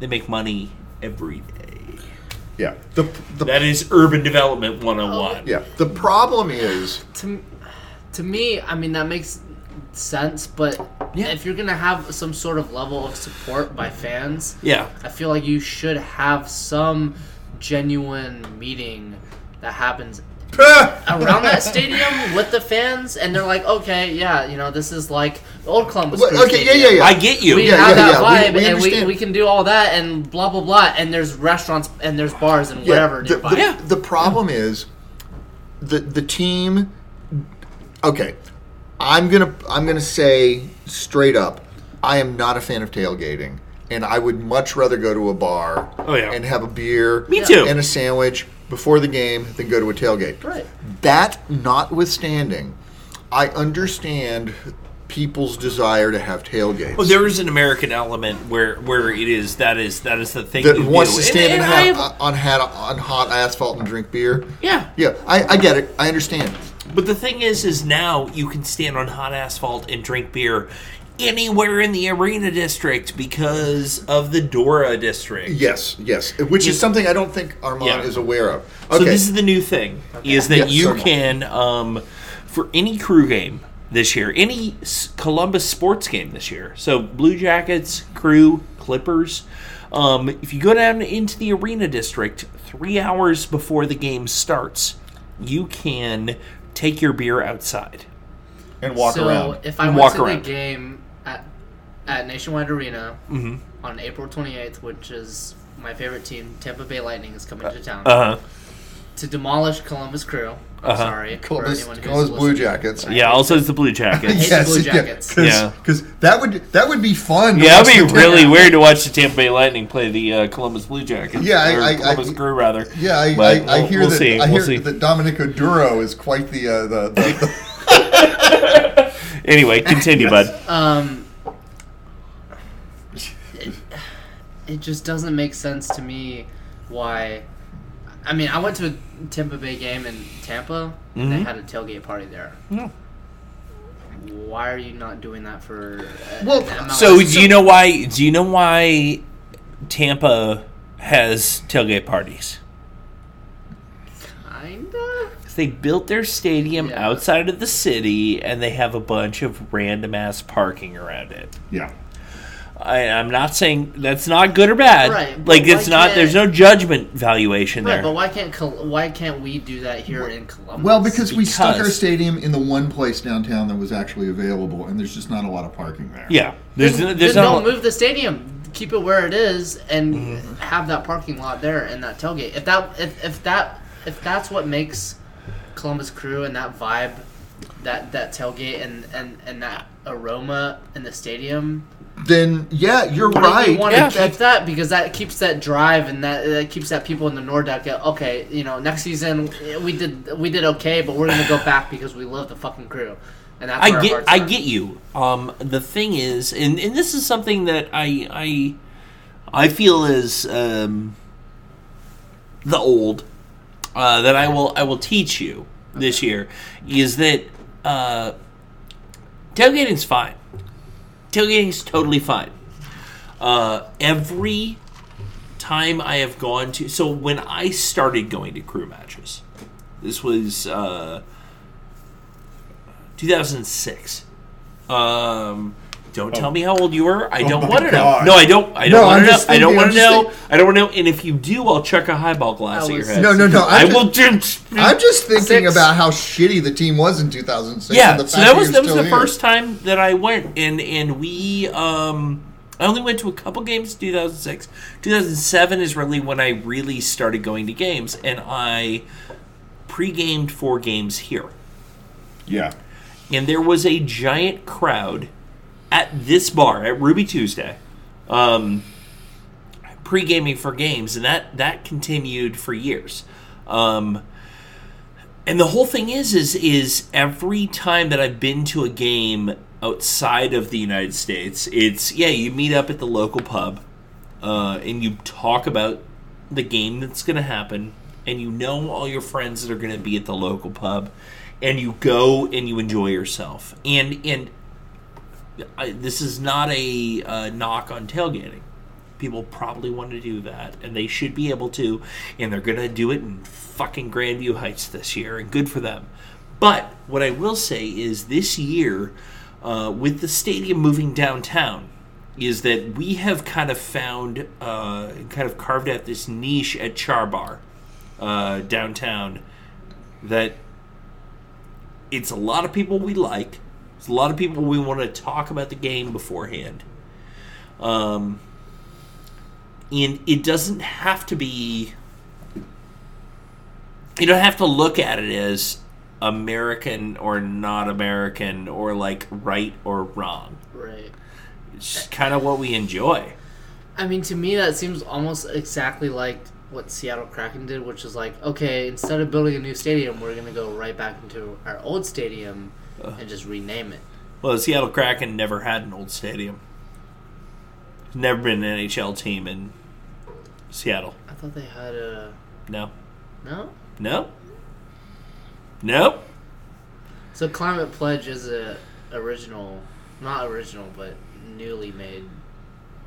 Speaker 1: they make money every day.
Speaker 5: Yeah. The the
Speaker 1: That is urban development 101.
Speaker 5: yeah. The problem is
Speaker 6: To to me, I mean that makes sense, but
Speaker 1: Yeah.
Speaker 6: if you're gonna have some sort of level of support by fans,
Speaker 1: Yeah.
Speaker 6: I feel like you should have some genuine meeting that happens around that stadium with the fans, and they're like, okay, yeah, you know, this is like the old Columbus.
Speaker 5: Well,
Speaker 6: Crew
Speaker 5: okay, yeah,
Speaker 6: Stadium.
Speaker 5: yeah, yeah.
Speaker 1: I get you.
Speaker 6: We
Speaker 5: Yeah,
Speaker 6: have
Speaker 5: yeah,
Speaker 6: that
Speaker 5: yeah,
Speaker 6: vibe,
Speaker 5: we- we
Speaker 6: and we,
Speaker 5: understand.
Speaker 6: we can do all that, and blah blah blah, and there's restaurants, and there's bars, and
Speaker 5: Yeah,
Speaker 6: whatever
Speaker 5: the,
Speaker 6: nearby.
Speaker 5: the- the problem is the the team. Okay, I'm gonna I'm gonna say straight up, I am not a fan of tailgating, and I would much rather go to a bar
Speaker 1: Oh, yeah.
Speaker 5: and have a beer,
Speaker 1: Me too.
Speaker 5: and a sandwich before the game than go to a tailgate.
Speaker 6: Right.
Speaker 5: That notwithstanding, I understand people's desire to have tailgates.
Speaker 1: Well, there is an American element where where it is that is that is the thing
Speaker 5: that
Speaker 1: you
Speaker 5: wants
Speaker 1: do.
Speaker 5: to
Speaker 1: And-
Speaker 5: stand
Speaker 1: and
Speaker 5: in
Speaker 1: I-
Speaker 5: hot, on, hat, on hot asphalt and drink beer.
Speaker 1: yeah,
Speaker 5: Yeah, I, I get it. I understand.
Speaker 1: But the thing is, is now you can stand on hot asphalt and drink beer anywhere in the arena district because of the Dora district.
Speaker 5: Yes, yes. Which is something I don't think Armand
Speaker 1: Yeah.
Speaker 5: is aware of.
Speaker 1: So
Speaker 5: Okay.
Speaker 1: this is the new thing: is that
Speaker 5: Yeah,
Speaker 1: you
Speaker 5: certainly.
Speaker 1: can, um, for any crew game this year, any s- Columbus sports game this year. So Blue Jackets, Crew, Clippers. Um, if you go down into the arena district three hours before the game starts, you can take your beer outside.
Speaker 5: and walk
Speaker 6: so
Speaker 5: around.
Speaker 6: if I
Speaker 1: And
Speaker 6: went
Speaker 1: walk
Speaker 6: to
Speaker 1: around.
Speaker 6: the game at at Nationwide Arena
Speaker 5: Mm-hmm.
Speaker 6: on April 28th, which is my favorite team, Tampa Bay Lightning, is coming to town
Speaker 1: Uh
Speaker 5: uh-huh.
Speaker 1: huh.
Speaker 6: to demolish Columbus Crew. I'm Sorry, for
Speaker 5: Columbus,
Speaker 6: anyone who's
Speaker 5: Columbus Blue
Speaker 6: listening.
Speaker 5: Jackets.
Speaker 1: Yeah. Also, it's the Blue Jackets.
Speaker 6: the Blue Jackets.
Speaker 1: Yeah.
Speaker 5: Because that would that would be fun. to
Speaker 1: Yeah,
Speaker 5: watch
Speaker 1: that'd be
Speaker 5: the Tampa-
Speaker 1: really weird to watch the Tampa Bay Lightning play the uh, Columbus Blue Jackets.
Speaker 5: Yeah, I-
Speaker 1: or
Speaker 5: I- I-
Speaker 1: Columbus Crew rather.
Speaker 5: Yeah, I,
Speaker 1: But
Speaker 5: I, I
Speaker 1: we'll-
Speaker 5: hear
Speaker 1: we'll
Speaker 5: that.
Speaker 1: see.
Speaker 5: I hear
Speaker 1: we'll see.
Speaker 5: that Dominic Oduro is quite the uh, the, the,
Speaker 1: Anyway, continue, bud.
Speaker 5: Uh,
Speaker 6: Um, it, it just doesn't make sense to me why. I mean, I went to a Tampa Bay game in Tampa. and
Speaker 1: Mm-hmm.
Speaker 6: They had a tailgate party there. Why are you not doing that for? Uh,
Speaker 5: Well,
Speaker 6: MLS?
Speaker 1: So, do you know why? Do you know why Tampa has tailgate parties?
Speaker 6: kinda.
Speaker 1: They built their stadium
Speaker 6: Yeah.
Speaker 1: outside of the city, and they have a bunch of random ass parking around it.
Speaker 5: yeah.
Speaker 1: I, I'm not saying that's not good or bad.
Speaker 6: Right, but
Speaker 1: Like
Speaker 6: why
Speaker 1: it's not.
Speaker 6: can't-
Speaker 1: There's no judgment valuation
Speaker 6: Right,
Speaker 1: there.
Speaker 6: but why can't Col- why can't we do that here in Columbus?
Speaker 5: Well, because we stuck our
Speaker 1: Because-
Speaker 5: stadium in the one place downtown that was actually available, and there's just not a lot of parking there.
Speaker 1: yeah. There's no-
Speaker 6: Then
Speaker 1: there's no.
Speaker 6: don't move the stadium. Keep it where it is and have that parking lot there and that tailgate. If that if, if that if that's what makes Columbus Crew and that vibe, that that tailgate and and and that aroma in the stadium.
Speaker 5: Then yeah, you're
Speaker 6: You
Speaker 5: right.
Speaker 6: want
Speaker 1: Yeah.
Speaker 6: to keep that because that keeps that drive and that that keeps that people in the Nordic. uh, Okay, you know, next season eh, we did we did okay, but we're gonna go back because we love the fucking crew. And that's where
Speaker 1: I
Speaker 6: our
Speaker 1: get.
Speaker 6: hearts
Speaker 1: I
Speaker 6: are.
Speaker 1: get you. Um. The thing is, and and this is something that I I I feel is um the old uh, that I will I will teach you this year is that uh, tailgating's fine. Tailgating's totally fine. Uh, every time I have gone to so when I started going to crew matches, this was uh, 2006. Um, don't tell me how old you were. I don't
Speaker 5: Oh my
Speaker 1: want to know.
Speaker 5: God.
Speaker 1: No, I don't. I don't
Speaker 5: No,
Speaker 1: want
Speaker 5: I'm
Speaker 1: to know.
Speaker 5: just
Speaker 1: I don't
Speaker 5: thinking-
Speaker 1: want
Speaker 5: I'm
Speaker 1: to
Speaker 5: just
Speaker 1: know.
Speaker 5: think-
Speaker 1: I don't want to know. And if you do, I'll chuck a highball glass
Speaker 6: I
Speaker 1: at your
Speaker 6: was-
Speaker 1: head.
Speaker 5: No, no, no.
Speaker 1: I
Speaker 5: I'm
Speaker 1: will
Speaker 5: just,
Speaker 1: just.
Speaker 5: I'm just thinking
Speaker 6: Six.
Speaker 5: about how shitty the team was in 2006.
Speaker 1: yeah.
Speaker 5: and the
Speaker 1: So
Speaker 5: fact
Speaker 1: that was
Speaker 5: you're
Speaker 1: that was
Speaker 5: still
Speaker 1: the
Speaker 5: here.
Speaker 1: first time that I went, and and we um. I only went to a couple games in 2006. 2007 is really when I really started going to games, and I pre-gamed four games here.
Speaker 5: Yeah.
Speaker 1: and there was a giant crowd at this bar at Ruby Tuesday, um, pre-gaming for games, and that that continued for years. Um, and the whole thing is, is is every time that I've been to a game outside of the United States, it's yeah, you meet up at the local pub, uh, and you talk about the game that's going to happen, and you know all your friends that are going to be at the local pub, and you go and you enjoy yourself. And and I, this is not a uh, knock on tailgating. People probably want to do that, and they should be able to, and they're going to do it in fucking Grandview Heights this year, and good for them. But what I will say is this year, uh, with the stadium moving downtown, is that we have kind of found, uh, kind of carved out this niche at Char Bar uh, downtown that it's a lot of people we like. It's a lot of people we want to talk about the game beforehand. Um, and it doesn't have to be. You don't have to look at it as American or not American or like right or wrong.
Speaker 6: Right.
Speaker 1: It's kind of what we enjoy.
Speaker 6: I mean, to me, that seems almost exactly like what Seattle Kraken did, which is like, okay, instead of building a new stadium, we're gonna go right back into our old stadium and just rename it.
Speaker 1: Well, the Seattle Kraken never had an old stadium. There's never been an NHL team in Seattle.
Speaker 6: I thought they had a
Speaker 1: No.
Speaker 6: no.
Speaker 1: No. No.
Speaker 6: So Climate Pledge is a original, not original, but newly made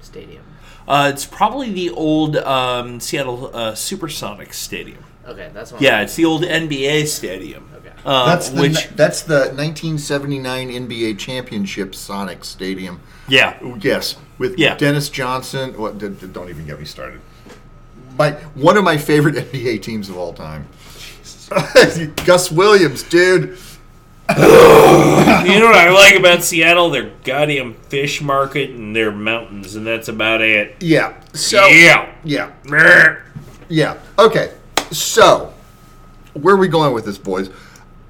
Speaker 6: stadium.
Speaker 1: Uh, it's probably the old um, Seattle uh, Supersonics stadium.
Speaker 6: Okay, that's what.
Speaker 1: Yeah, it's the old NBA stadium.
Speaker 6: Okay.
Speaker 1: Uh,
Speaker 5: That's the,
Speaker 1: which,
Speaker 5: that's the 1979 NBA championship Sonic Stadium.
Speaker 1: yeah,
Speaker 5: Yes, with
Speaker 1: Yeah.
Speaker 5: Dennis Johnson. What? d- d- don't even get me started. My one of my favorite NBA teams of all time. Gus Williams, dude.
Speaker 1: You know what I like about Seattle? Their goddamn fish market and their mountains, and that's about it.
Speaker 5: Yeah. So
Speaker 1: yeah.
Speaker 5: yeah.
Speaker 1: Brr.
Speaker 5: Yeah. Okay. So, where are we going with this, boys?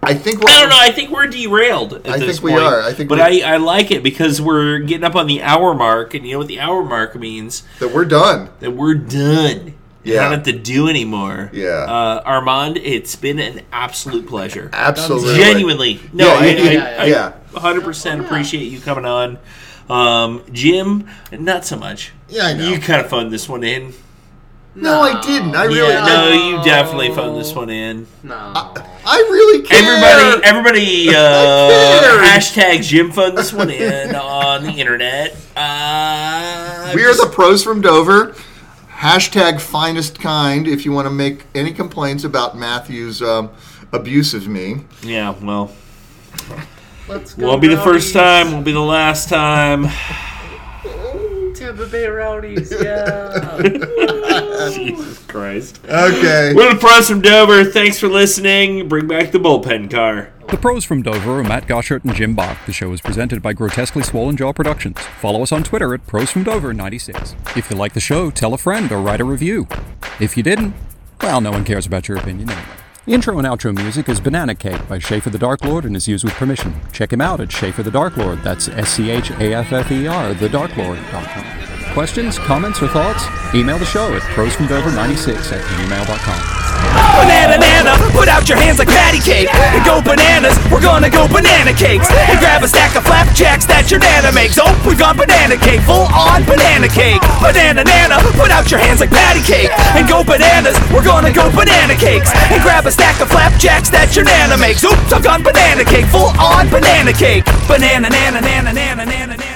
Speaker 5: I think we're,
Speaker 1: I don't know. I think we're derailed. At
Speaker 5: I
Speaker 1: this
Speaker 5: think we
Speaker 1: point.
Speaker 5: are. I think
Speaker 1: but
Speaker 5: we-
Speaker 1: I, I like it because we're getting up on the hour mark, and you know what the hour mark means?
Speaker 5: that we're done.
Speaker 1: That we're done. You
Speaker 5: Yeah.
Speaker 1: don't have to do anymore.
Speaker 5: Yeah.
Speaker 1: Uh, Armand, it's been an absolute pleasure.
Speaker 5: Absolutely.
Speaker 1: Genuinely, no,
Speaker 5: Yeah,
Speaker 1: I,
Speaker 5: yeah,
Speaker 1: I-
Speaker 5: yeah,
Speaker 1: I,
Speaker 5: yeah.
Speaker 1: 100% appreciate you coming on. Um, Jim, not so much.
Speaker 5: Yeah, I know.
Speaker 1: You kind of phoned this one in.
Speaker 5: No, I didn't. I really.
Speaker 1: yeah, no, you definitely phoned this one in.
Speaker 6: No.
Speaker 1: Uh,
Speaker 5: I really care.
Speaker 1: Everybody, everybody, uh,
Speaker 5: cares?
Speaker 1: hashtag Jim phoned this one in on the internet. Uh,
Speaker 5: we are the pros from Dover. Hashtag finest kind. If you want to make any complaints about Matthew's um, abuse of me,
Speaker 1: yeah. Well,
Speaker 6: Let's go.
Speaker 1: won't be the first
Speaker 6: Rowdies.
Speaker 1: time. Won't be the last time.
Speaker 6: Tampa Bay Rowdies. Yeah.
Speaker 1: Jesus Christ.
Speaker 5: okay.
Speaker 1: We're the pros from Dover. Thanks for listening. Bring back the bullpen car.
Speaker 2: The pros from Dover are Matt Goshert and Jim Bach. The show is presented by Grotesquely Swollen Jaw Productions. Follow us on Twitter at Pros from Dover 96. If you like the show, tell a friend or write a review. If you didn't, well, no one cares about your opinion anyway. Intro and outro music is Banana Cake by Schaefer the Dark Lord and is used with permission. Check him out at Schaefer the Dark Lord. That's S C H A F F E R, thedarklord.com. Questions, comments, or thoughts? Email the show at prosfromdover96 at gmail.com.
Speaker 4: Banana nana, put out your hands like patty cake and go bananas. We're gonna go banana cakes and grab a stack of flapjacks that your nana makes. Oh, we've gone banana cake, full on banana cake. Banana nana, put out your hands like patty cake and go bananas. We're gonna go banana cakes and grab a stack of flapjacks that your nana makes. Oops, I've gone banana cake, full on banana cake. Banana nana nana nana nana nana.